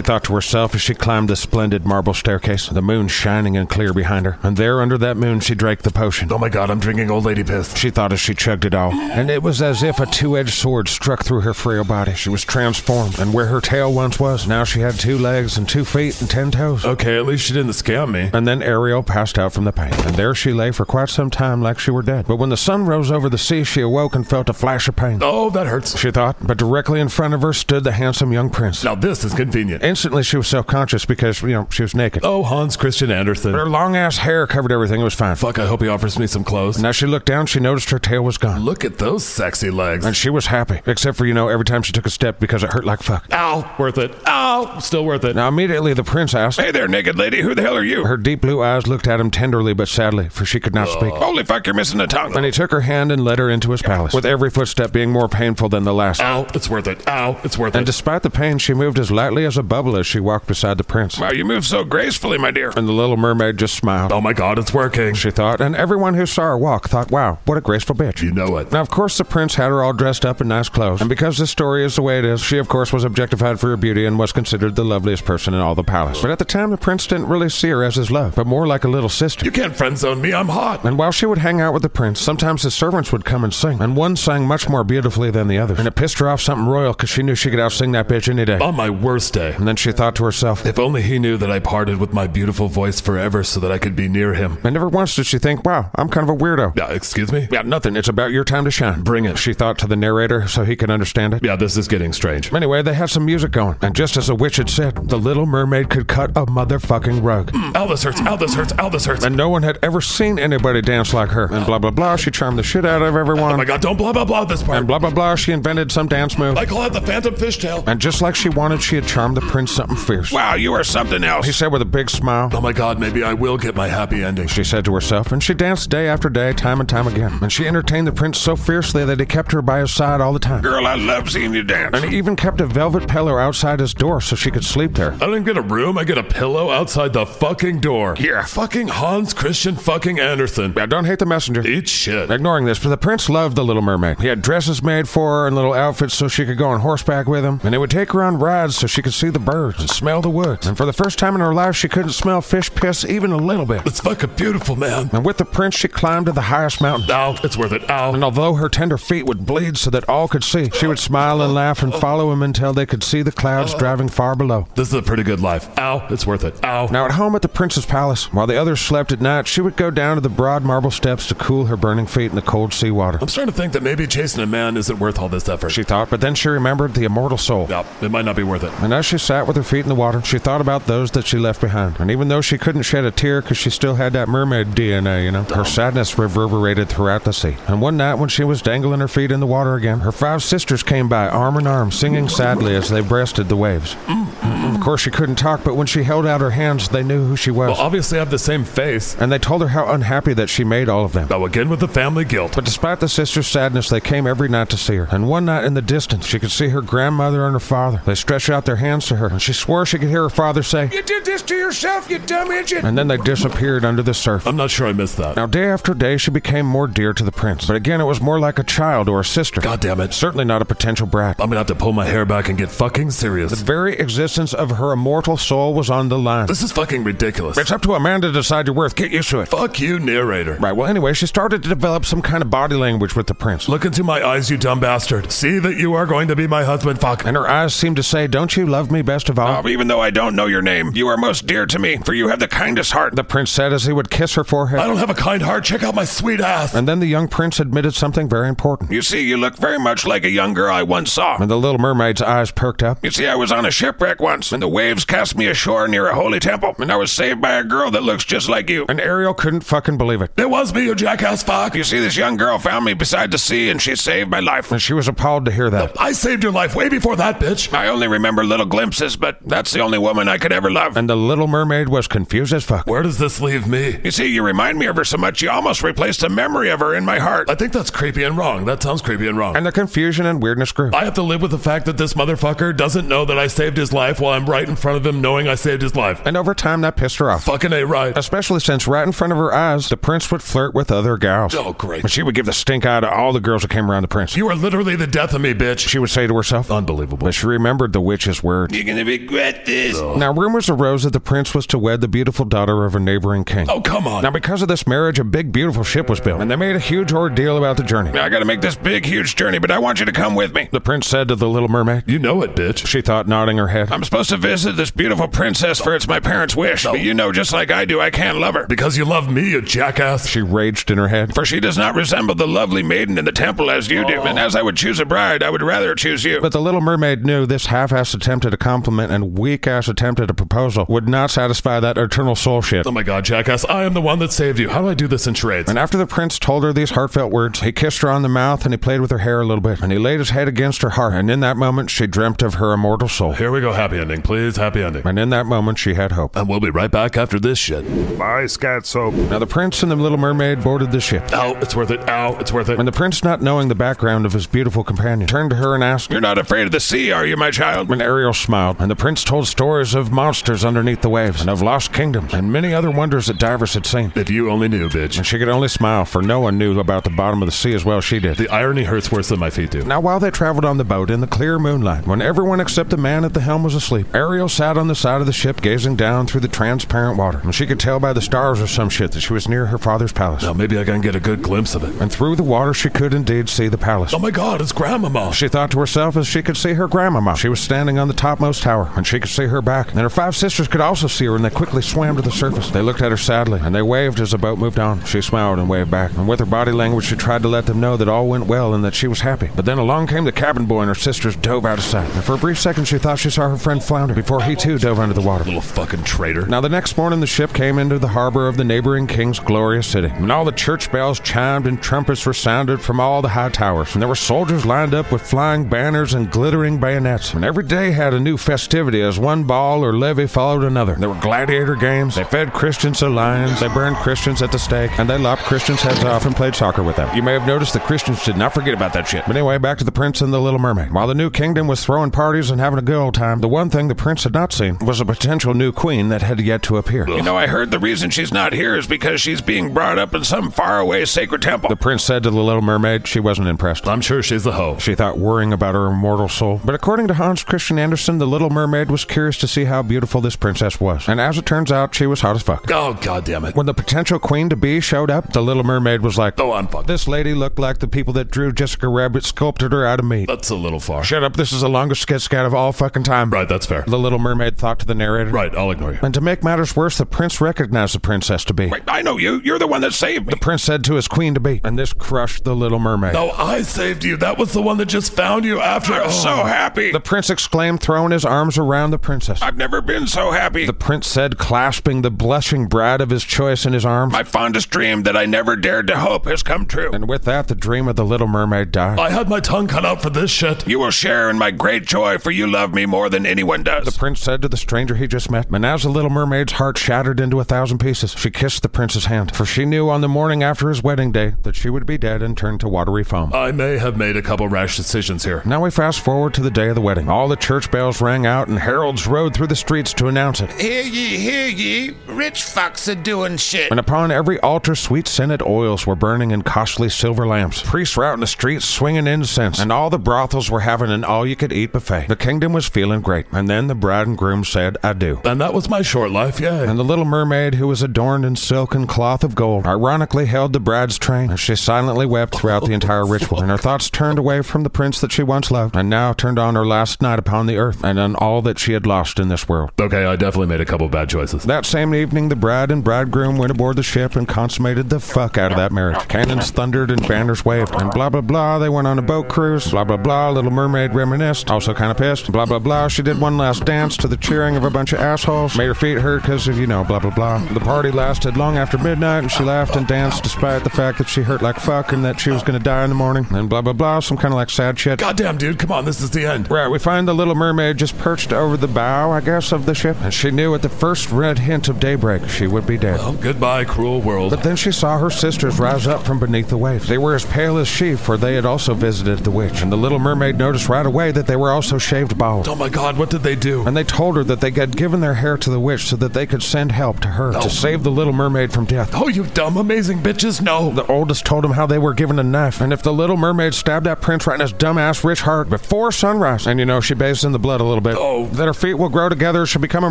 [SPEAKER 1] thought to herself as she climbed the splendid marble staircase, the moon shining and clear behind her. And there, under that moon, she drank the potion.
[SPEAKER 4] Oh my god, I'm drinking old lady piss.
[SPEAKER 1] She thought as she chugged it all, and it was as if a two edged sword struck through her frail body. She was transformed, and where her tail once was, now she had two legs and two feet and ten toes.
[SPEAKER 4] Okay, at least she didn't scam me.
[SPEAKER 1] And then Ariel passed out from the pain, and there she lay for quite some time like she were dead. But when the sun rose over the sea, she awoke and felt a flash of pain.
[SPEAKER 4] Oh, that hurts.
[SPEAKER 1] She thought, but directly in front of her stood the handsome young prince.
[SPEAKER 4] Now this is convenient.
[SPEAKER 1] Instantly, she was self conscious because, you know, she was naked.
[SPEAKER 4] Oh, Hans Christian Andersen.
[SPEAKER 1] Her long ass hair covered everything, it was fine.
[SPEAKER 4] Fuck, I hope he offers me some clothes.
[SPEAKER 1] Now she looked down, she noticed her tail was gone.
[SPEAKER 4] Look at those sexy legs.
[SPEAKER 1] And she was happy, except for, you know, every time she took a step because it hurt like fuck.
[SPEAKER 4] Ow, worth it. Ow, still worth it.
[SPEAKER 1] Now, immediately the prince asked,
[SPEAKER 8] Hey there, naked lady. Who the hell are you?
[SPEAKER 1] Her deep blue eyes looked at him tenderly but sadly, for she could not speak.
[SPEAKER 4] Oh.
[SPEAKER 8] Holy fuck, you're missing a tongue.
[SPEAKER 1] And he took her hand and led her into his palace, with every footstep being more painful than the last.
[SPEAKER 4] Ow, it's worth it. Ow, it's worth
[SPEAKER 1] And
[SPEAKER 4] it.
[SPEAKER 1] despite the pain, she moved as lightly as a bubble as she walked beside the prince.
[SPEAKER 8] Wow, you move so gracefully, my dear.
[SPEAKER 1] And the little mermaid just smiled,
[SPEAKER 4] Oh my god, it's working.
[SPEAKER 1] she thought, and everyone who saw her walk thought, wow, what a graceful bitch.
[SPEAKER 4] You know it.
[SPEAKER 1] Now, of course, the prince had her all dressed up in nice clothes, and because this story is the way it is, she, of course, was objectified for her beauty and was considered the loveliest person in all the palace. But at the time, the prince didn't really see her as his love, but more like a little sister.
[SPEAKER 4] You can't friend zone me, I'm hot.
[SPEAKER 1] And while she would hang out with the prince, sometimes his servants would come and sing, and one sang much more beautifully than the other. And it pissed her off something royal because she knew she could outsing that bitch any day.
[SPEAKER 4] On my worst day.
[SPEAKER 1] And then she thought to herself,
[SPEAKER 4] If only he knew that I parted with my beautiful voice forever so that I could be near him.
[SPEAKER 1] and never once did she think, wow, I'm kind of a weirdo.
[SPEAKER 4] Yeah, excuse me?
[SPEAKER 1] Yeah, nothing. It's about your time to shine.
[SPEAKER 4] Bring it.
[SPEAKER 1] She thought to the narrator so he could understand it.
[SPEAKER 4] Yeah, this is getting strange.
[SPEAKER 1] Anyway, they had some music going, and just as the witch had said, the little mermaid could cut a motherfucking rug.
[SPEAKER 4] Mm. Ow, this hurts. Ow, this hurts. Ow, this hurts.
[SPEAKER 1] And no one had ever seen anybody dance like her. And blah, blah, blah, she charmed the shit out of
[SPEAKER 4] Oh my
[SPEAKER 1] everyone.
[SPEAKER 4] god, don't blah blah blah this part.
[SPEAKER 1] And blah, blah, blah, she invented some dance move.
[SPEAKER 4] I call it the phantom fishtail.
[SPEAKER 1] And just like she wanted, she had charmed the prince something fierce.
[SPEAKER 8] Wow, you are something else.
[SPEAKER 1] He said with a big smile.
[SPEAKER 4] Oh my god, maybe I will get my happy ending.
[SPEAKER 1] She said to herself, and she danced day after day, time and time again. And she entertained the prince so fiercely that he kept her by his side all the time.
[SPEAKER 8] Girl, I love seeing you dance.
[SPEAKER 1] And he even kept a velvet pillow outside his door so she could sleep there.
[SPEAKER 4] I don't get a room, I get a pillow outside the fucking door.
[SPEAKER 8] Yeah.
[SPEAKER 4] Fucking Hans Christian fucking Andersen.
[SPEAKER 1] I don't hate the messenger.
[SPEAKER 4] Eat shit.
[SPEAKER 1] Ignoring this, but the prince loved the little mermaid. He had dresses made for her and little outfits so she could go on horseback with him. And they would take her on rides so she could see the birds and smell the woods. And for the first time in her life, she couldn't smell fish piss even a little bit.
[SPEAKER 4] It's fucking beautiful, man.
[SPEAKER 1] And with the prince, she climbed to the highest mountain.
[SPEAKER 4] Ow, it's worth it. Ow.
[SPEAKER 1] And although her tender feet would bleed so that all could see, she would smile and laugh and follow him until they could see the clouds driving far below.
[SPEAKER 4] This is a pretty good life. Ow, it's worth it. Ow.
[SPEAKER 1] Now, at home at the prince's palace, while the others slept at night, she would go down to the broad marble steps to cool her burning feet in the cold sea water.
[SPEAKER 4] I'm starting to think that maybe chasing a man isn't worth all this effort.
[SPEAKER 1] She thought, but then she remembered the immortal soul.
[SPEAKER 4] no, it might not be worth it.
[SPEAKER 1] And as she sat with her feet in the water, she thought about those that she left behind. And even though she couldn't shed a tear because she still had that mermaid DNA, you know, her sadness reverberated throughout the sea. And one night when she was dangling her feet in the water again, her five sisters came by, arm in arm, singing sadly as they breasted the waves. Of course, she couldn't talk, but when she held out her hands, they knew who she
[SPEAKER 4] Well,
[SPEAKER 1] was.
[SPEAKER 4] obviously I have the same face.
[SPEAKER 1] And they told her how unhappy that she made all of them.
[SPEAKER 4] Now again with the family guilt.
[SPEAKER 1] But despite the sister's sadness, they came every night to see her. And one night in the distance, she could see her grandmother and her father. They stretched out their hands to her, and she swore she could hear her father say,
[SPEAKER 10] You did this to yourself, you dumb engine.
[SPEAKER 1] and then they disappeared under the surf.
[SPEAKER 4] I'm not sure I missed that.
[SPEAKER 1] Now, day after day, she became more dear to the prince. But again, it was more like a child or a sister.
[SPEAKER 4] God damn it.
[SPEAKER 1] Certainly not a potential brat.
[SPEAKER 4] Um, I'm gonna have to pull my hair back and get fucking serious.
[SPEAKER 1] The very existence because of her immortal soul was on the line.
[SPEAKER 4] This is fucking ridiculous.
[SPEAKER 1] It's up to a man to decide your worth. Get used to it.
[SPEAKER 4] Fuck you, narrator.
[SPEAKER 1] Right, well, anyway, she started to develop some kind of body language with the prince.
[SPEAKER 4] Look into my eyes, you dumb bastard. See that you are going to be my husband, fuck.
[SPEAKER 1] And her eyes seemed to say, Don't you love me best of all?
[SPEAKER 8] Uh, even though I don't know your name, you are most dear to me, for you have the kindest heart.
[SPEAKER 1] the prince said as he would kiss her forehead.
[SPEAKER 4] I don't have a kind heart. Check out my sweet ass.
[SPEAKER 1] And then the young prince admitted something very important.
[SPEAKER 8] You see, you look very much like a young girl I once saw.
[SPEAKER 1] And the little mermaid's eyes perked up.
[SPEAKER 8] You see, I was on a shipwreck once, and the waves cast me ashore near a holy temple, and I was saved by a girl that looks just like you.
[SPEAKER 1] And Ariel couldn't fucking believe it.
[SPEAKER 4] It was me, you jackass fuck.
[SPEAKER 8] You see, this young girl found me beside the sea, and she saved my life.
[SPEAKER 1] And she was appalled to hear that.
[SPEAKER 4] I saved your life way before that, bitch.
[SPEAKER 8] I only remember little glimpses, but that's the only woman I could ever love.
[SPEAKER 1] And the little mermaid was confused as fuck.
[SPEAKER 4] Where does this leave me?
[SPEAKER 8] You see, you remind me of her so much, you almost replaced a memory of her in my heart.
[SPEAKER 4] I think that's creepy and wrong. That sounds creepy and wrong.
[SPEAKER 1] And the confusion and weirdness grew.
[SPEAKER 4] I have to live with the fact that this motherfucker doesn't know that I saved his life while I'm right in front of him knowing I saved his life.
[SPEAKER 1] And over time, that pissed her off.
[SPEAKER 4] Fucking A right.
[SPEAKER 1] Especially since right in front of her eyes, the prince would flirt with other gals.
[SPEAKER 4] Oh, great.
[SPEAKER 1] And she would give the stink eye to all the girls that came around the prince.
[SPEAKER 4] You are literally the death of me, bitch.
[SPEAKER 1] She would say to herself,
[SPEAKER 4] Unbelievable.
[SPEAKER 1] but she remembered the witch's words.
[SPEAKER 11] You're gonna regret this.
[SPEAKER 1] Now, rumors arose that the prince was to wed the beautiful daughter of a neighboring king.
[SPEAKER 4] Oh, come on.
[SPEAKER 1] Now, because of this marriage, a big, beautiful ship was built, and they made a huge ordeal about the journey.
[SPEAKER 8] I gotta make this big, huge journey, but I want you to come with me.
[SPEAKER 1] The prince said to the little mermaid.
[SPEAKER 4] You know it, bitch.
[SPEAKER 1] She thought, nodding her head.
[SPEAKER 8] I'm supposed to visit this beautiful princess, for it's my parents' wish, but you know just like I do, I can't love her.
[SPEAKER 4] Because you love me, you jackass.
[SPEAKER 1] She raged in her head.
[SPEAKER 8] For she does not resemble the lovely maiden in the temple as you do, and as I would choose a bride, I would rather choose you.
[SPEAKER 1] But the little mermaid knew this half-assed attempt at a compliment and weak-ass attempt at a proposal would not satisfy that eternal soul shit.
[SPEAKER 4] Oh my god, jackass, I am the one that saved you. How do I do this in charades?
[SPEAKER 1] And after the prince told her these heartfelt words, he kissed her on the mouth and he played with her hair a little bit, and he laid his head against her heart, and in that moment she dreamt of her immortal soul.
[SPEAKER 4] Here we go, happy ending, please, happy ending.
[SPEAKER 1] And in that moment she had hope.
[SPEAKER 4] And we'll be right back after this shit.
[SPEAKER 12] Bye, scat soap.
[SPEAKER 1] Now the prince and the little mermaid boarded the ship.
[SPEAKER 4] Ow, it's worth it. Ow, it's worth it.
[SPEAKER 1] When the prince, not knowing the background of his beautiful companion, turned to her and asked,
[SPEAKER 8] You're not afraid of the sea, are you, my child?
[SPEAKER 1] When Ariel smiled, and the prince told stories of monsters underneath the waves, and of lost kingdoms, and many other wonders that divers had seen.
[SPEAKER 4] If you only knew, bitch.
[SPEAKER 1] And she could only smile, for no one knew about the bottom of the sea as well as she did.
[SPEAKER 4] The irony hurts worse than my feet do.
[SPEAKER 1] Now, while they traveled on the boat in the clear moonlight, when everyone except the man at the helm was asleep, Ariel sat on the side of the ship gazing down through the transparent water, and she could tell by the stars or some shit that she was near her father's palace.
[SPEAKER 4] Now maybe I can get a good glimpse of it.
[SPEAKER 1] And through the water, she could indeed see the palace.
[SPEAKER 4] Oh my god, it's grandmama.
[SPEAKER 1] She thought to herself as she could see her grandmama. She was standing on the topmost tower, and she could see her back. And her five sisters could also see her, and they quickly swam to the surface. They looked at her sadly, and they waved as the boat moved on. She smiled and waved back, and with her body language, she tried to let them know that all went well and that she was happy. But then along came the cabin boy, and her sisters dove out of sight. And for a brief second, she thought she saw her friend flounder before he too dove under the water.
[SPEAKER 4] Little fucking traitor.
[SPEAKER 1] Now, the next morning, the ship came into the harbor of the neighboring king's glorious city, and all the church bells chimed and trumpets were sounded from all the high towers, and there were soldiers lined up with flying banners and glittering bayonets, and every day had a new festivity as one ball or levee followed another. There were gladiator games, they fed Christians to lions, they burned Christians at the stake, and they lopped Christians' heads off and played soccer with them. You may have noticed the Christians did not forget about that shit. But anyway, back to the prince and the little mermaid. While the new kingdom was throwing parties and having a good old time, the one thing the prince had not seen was a potential new queen that had yet to appear.
[SPEAKER 8] You know, I heard the reason she's not here is because she's being brought up in some faraway sacred temple.
[SPEAKER 1] The prince said to the little mermaid she wasn't impressed.
[SPEAKER 4] I'm sure she's the hoe.
[SPEAKER 1] She thought worrying about her immortal soul. But according to Hans Christian Andersen, the little mermaid was curious to see how beautiful this princess was. And as it turns out, she was hot as fuck.
[SPEAKER 4] Oh god damn it.
[SPEAKER 1] When the potential queen to be showed up, the little mermaid was like,
[SPEAKER 4] Oh I'm fucked.
[SPEAKER 1] This lady looked like the people that drew Jessica Rabbit sculpted her out of meat.
[SPEAKER 4] That's a little far.
[SPEAKER 1] Shut up, this is the longest skit scat of all fucking time.
[SPEAKER 4] Right, that's fair.
[SPEAKER 1] The little mermaid thought to the narrator.
[SPEAKER 4] Right, I'll ignore you.
[SPEAKER 1] And to make matters worse, the prince recognized the princess to be.
[SPEAKER 8] Wait, I know you. You're the one that saved me.
[SPEAKER 1] The prince said to his queen to be. And this crushed the little mermaid.
[SPEAKER 4] No, I saved you. That was the one that just found you after.
[SPEAKER 8] I'm
[SPEAKER 4] Oh.
[SPEAKER 8] so happy.
[SPEAKER 1] The prince exclaimed, throwing his arms around the princess.
[SPEAKER 8] I've never been so happy.
[SPEAKER 1] The prince said, clasping the blushing bride of his choice in his arms.
[SPEAKER 8] My fondest dream that I never dared to hope has come true.
[SPEAKER 1] And with that, the dream of the little mermaid died.
[SPEAKER 4] I had my tongue cut out for this shit.
[SPEAKER 8] You will share in my great joy, for you love me more than anyone
[SPEAKER 1] The
[SPEAKER 8] does.
[SPEAKER 1] prince said to the stranger he just met, and as the little mermaid's heart shattered into a thousand pieces, she kissed the prince's hand, for she knew on the morning after his wedding day that she would be dead and turned to watery foam.
[SPEAKER 4] I may have made a couple rash decisions here.
[SPEAKER 1] Now we fast forward to the day of the wedding. All the church bells rang out, and heralds rode through the streets to announce it.
[SPEAKER 11] Hear ye, hear ye. Rich fucks are doing shit.
[SPEAKER 1] And upon every altar, sweet scented oils were burning in costly silver lamps. Priests were out in the streets swinging incense, and all the brothels were having an all you could eat buffet. The kingdom was feeling great, and And then the bride and groom said, I do.
[SPEAKER 13] And that was my short life, yeah.
[SPEAKER 1] And the little mermaid, who was adorned in silk and cloth of gold, ironically held the bride's train as she silently wept throughout the entire ritual, and her thoughts turned away from the prince that she once loved, and now turned on her last night upon the earth, and on all that she had lost in this world.
[SPEAKER 13] Okay, I definitely made a couple bad choices.
[SPEAKER 1] That same evening, the bride and bridegroom went aboard the ship and consummated the fuck out of that marriage. Cannons thundered and banners waved, and blah blah blah. They went on a boat cruise. Blah blah blah. Little Mermaid reminisced, also kind of pissed. Blah blah blah. She did one last dance to the cheering of a bunch of assholes. Made her feet hurt because of you know blah blah blah. The party lasted long after midnight, and she laughed and danced despite the fact that she hurt like fuck and that she was gonna die in the morning. And blah blah blah. Some kind of like sad shit.
[SPEAKER 13] Goddamn, dude, come on, this is the end.
[SPEAKER 1] Right, we find the little mermaid just perched over the bow, I guess, of the ship, and she knew at the first red hint of daybreak she would be dead.
[SPEAKER 13] Oh, goodbye, cruel world.
[SPEAKER 1] But then she saw her sisters rise up from beneath the waves. They were as pale as she, for they had also visited the witch, and the little mermaid noticed right away that they were also shaved bald.
[SPEAKER 13] Oh my god, what did they do?
[SPEAKER 1] And they told her that they had given their hair to the witch so that they could send help to her
[SPEAKER 13] No.
[SPEAKER 1] to save the little mermaid from death.
[SPEAKER 13] Oh, you dumb, amazing bitches, no.
[SPEAKER 1] The oldest told him how they were given a knife, and if the little mermaid stabbed that prince right in his dumbass rich heart before sunrise, and you know she bathes in the blood a little bit,
[SPEAKER 13] Oh.
[SPEAKER 1] that her feet will grow together, she'll become a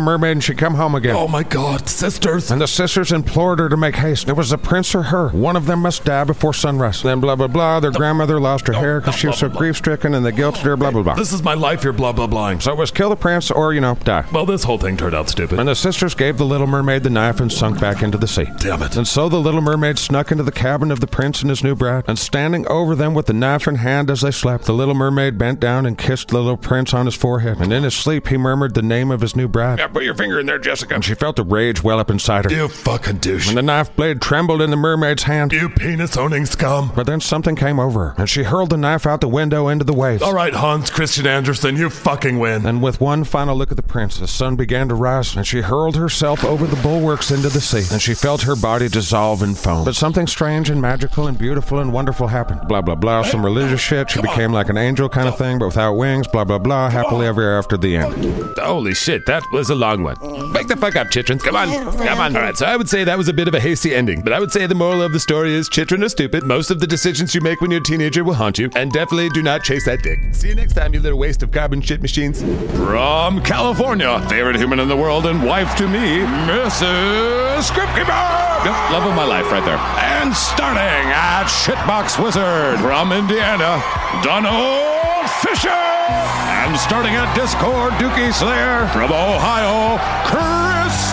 [SPEAKER 1] mermaid, and she'll come home again.
[SPEAKER 13] Oh my god, sisters.
[SPEAKER 1] And the sisters implored her to make haste. It was the prince or her. One of them must die before sunrise. Then blah blah blah. Their grandmother lost
[SPEAKER 13] Oh,
[SPEAKER 1] her hair because she was so grief stricken, and they guilted her. Blah blah blah.
[SPEAKER 13] This is my life, you're blah blah blah.
[SPEAKER 1] So it was kill the prince or you know die.
[SPEAKER 13] Well, this whole thing turned out stupid.
[SPEAKER 1] And the sisters gave the little mermaid the knife and sunk back into the sea.
[SPEAKER 13] Damn it.
[SPEAKER 1] And so the little mermaid snuck into the cabin of the prince and his new bride, and standing over them with the knife in hand as they slept, the little mermaid bent down and kissed the little prince on his forehead. And in his sleep, he murmured the name of his new bride.
[SPEAKER 14] Yeah, put your finger in there, Jessica.
[SPEAKER 1] And she felt the rage well up inside her.
[SPEAKER 13] You fucking douche.
[SPEAKER 1] And the knife blade trembled in the mermaid's hand.
[SPEAKER 13] You penis owning scum.
[SPEAKER 1] But then something came over her, and she hurled the knife out the window into the waves.
[SPEAKER 13] All right, Hans Christian Andersen, you fucking win.
[SPEAKER 4] Uh,
[SPEAKER 1] And with one final look at the prince, the sun began to rise, and she hurled herself over the bulwarks into the sea, and she felt her body dissolve in foam. But something strange and magical and beautiful and wonderful happened. Blah, blah, blah, some religious shit. She became like an angel kind of thing, but without wings, blah, blah, blah, happily ever after the end.
[SPEAKER 4] Holy shit, that was a long one. Back the fuck up, Chitrin. Come on, come on. All right, so I would say that was a bit of a hasty ending, but I would say the moral of the story is Chitrin is stupid. Most of the decisions you make when you're a teenager will haunt you, and definitely do not chase that dick. See you next time, you little waste of carbon shit machines.
[SPEAKER 8] From California, favorite human in the world and wife to me, Mrs. Scripkeeper!
[SPEAKER 4] Yep, love of my life right there.
[SPEAKER 8] And starting at Shitbox Wizard from Indiana, Donald Fisher! And starting at Discord Dookie Slayer from Ohio, Chris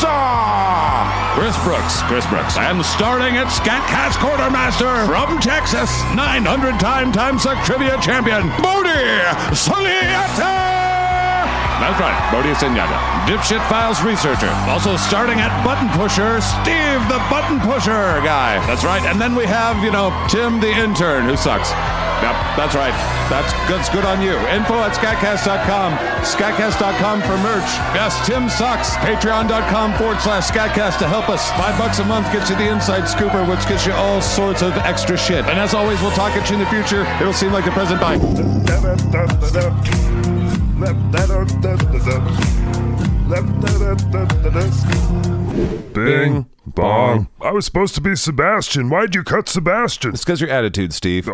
[SPEAKER 8] Brooksaw! Chris Brooks, Chris Brooks. And starting at Scatcast Quartermaster from Texas, 900 time time suck trivia champion, Bodie Soliata!
[SPEAKER 4] That's right, Bodhi Senyata.
[SPEAKER 8] Dipshit Files researcher. Also starting at Button Pusher, Steve the Button Pusher guy.
[SPEAKER 4] That's right, and then we have, you know, Tim the intern who sucks. Yep, that's right. That's, that's good on you. Info at scatcast.com, scatcast.com for merch. Yes, Tim sucks. Patreon.com forward slash scatcast to help us. Five bucks a month gets you the inside scooper, which gets you all sorts of extra shit. And as always, we'll talk at you in the future. It'll seem like the present. Bye.
[SPEAKER 2] Bing, bong. I was supposed to be Sebastian. Why'd you cut Sebastian?
[SPEAKER 5] It's because your attitude, Steve.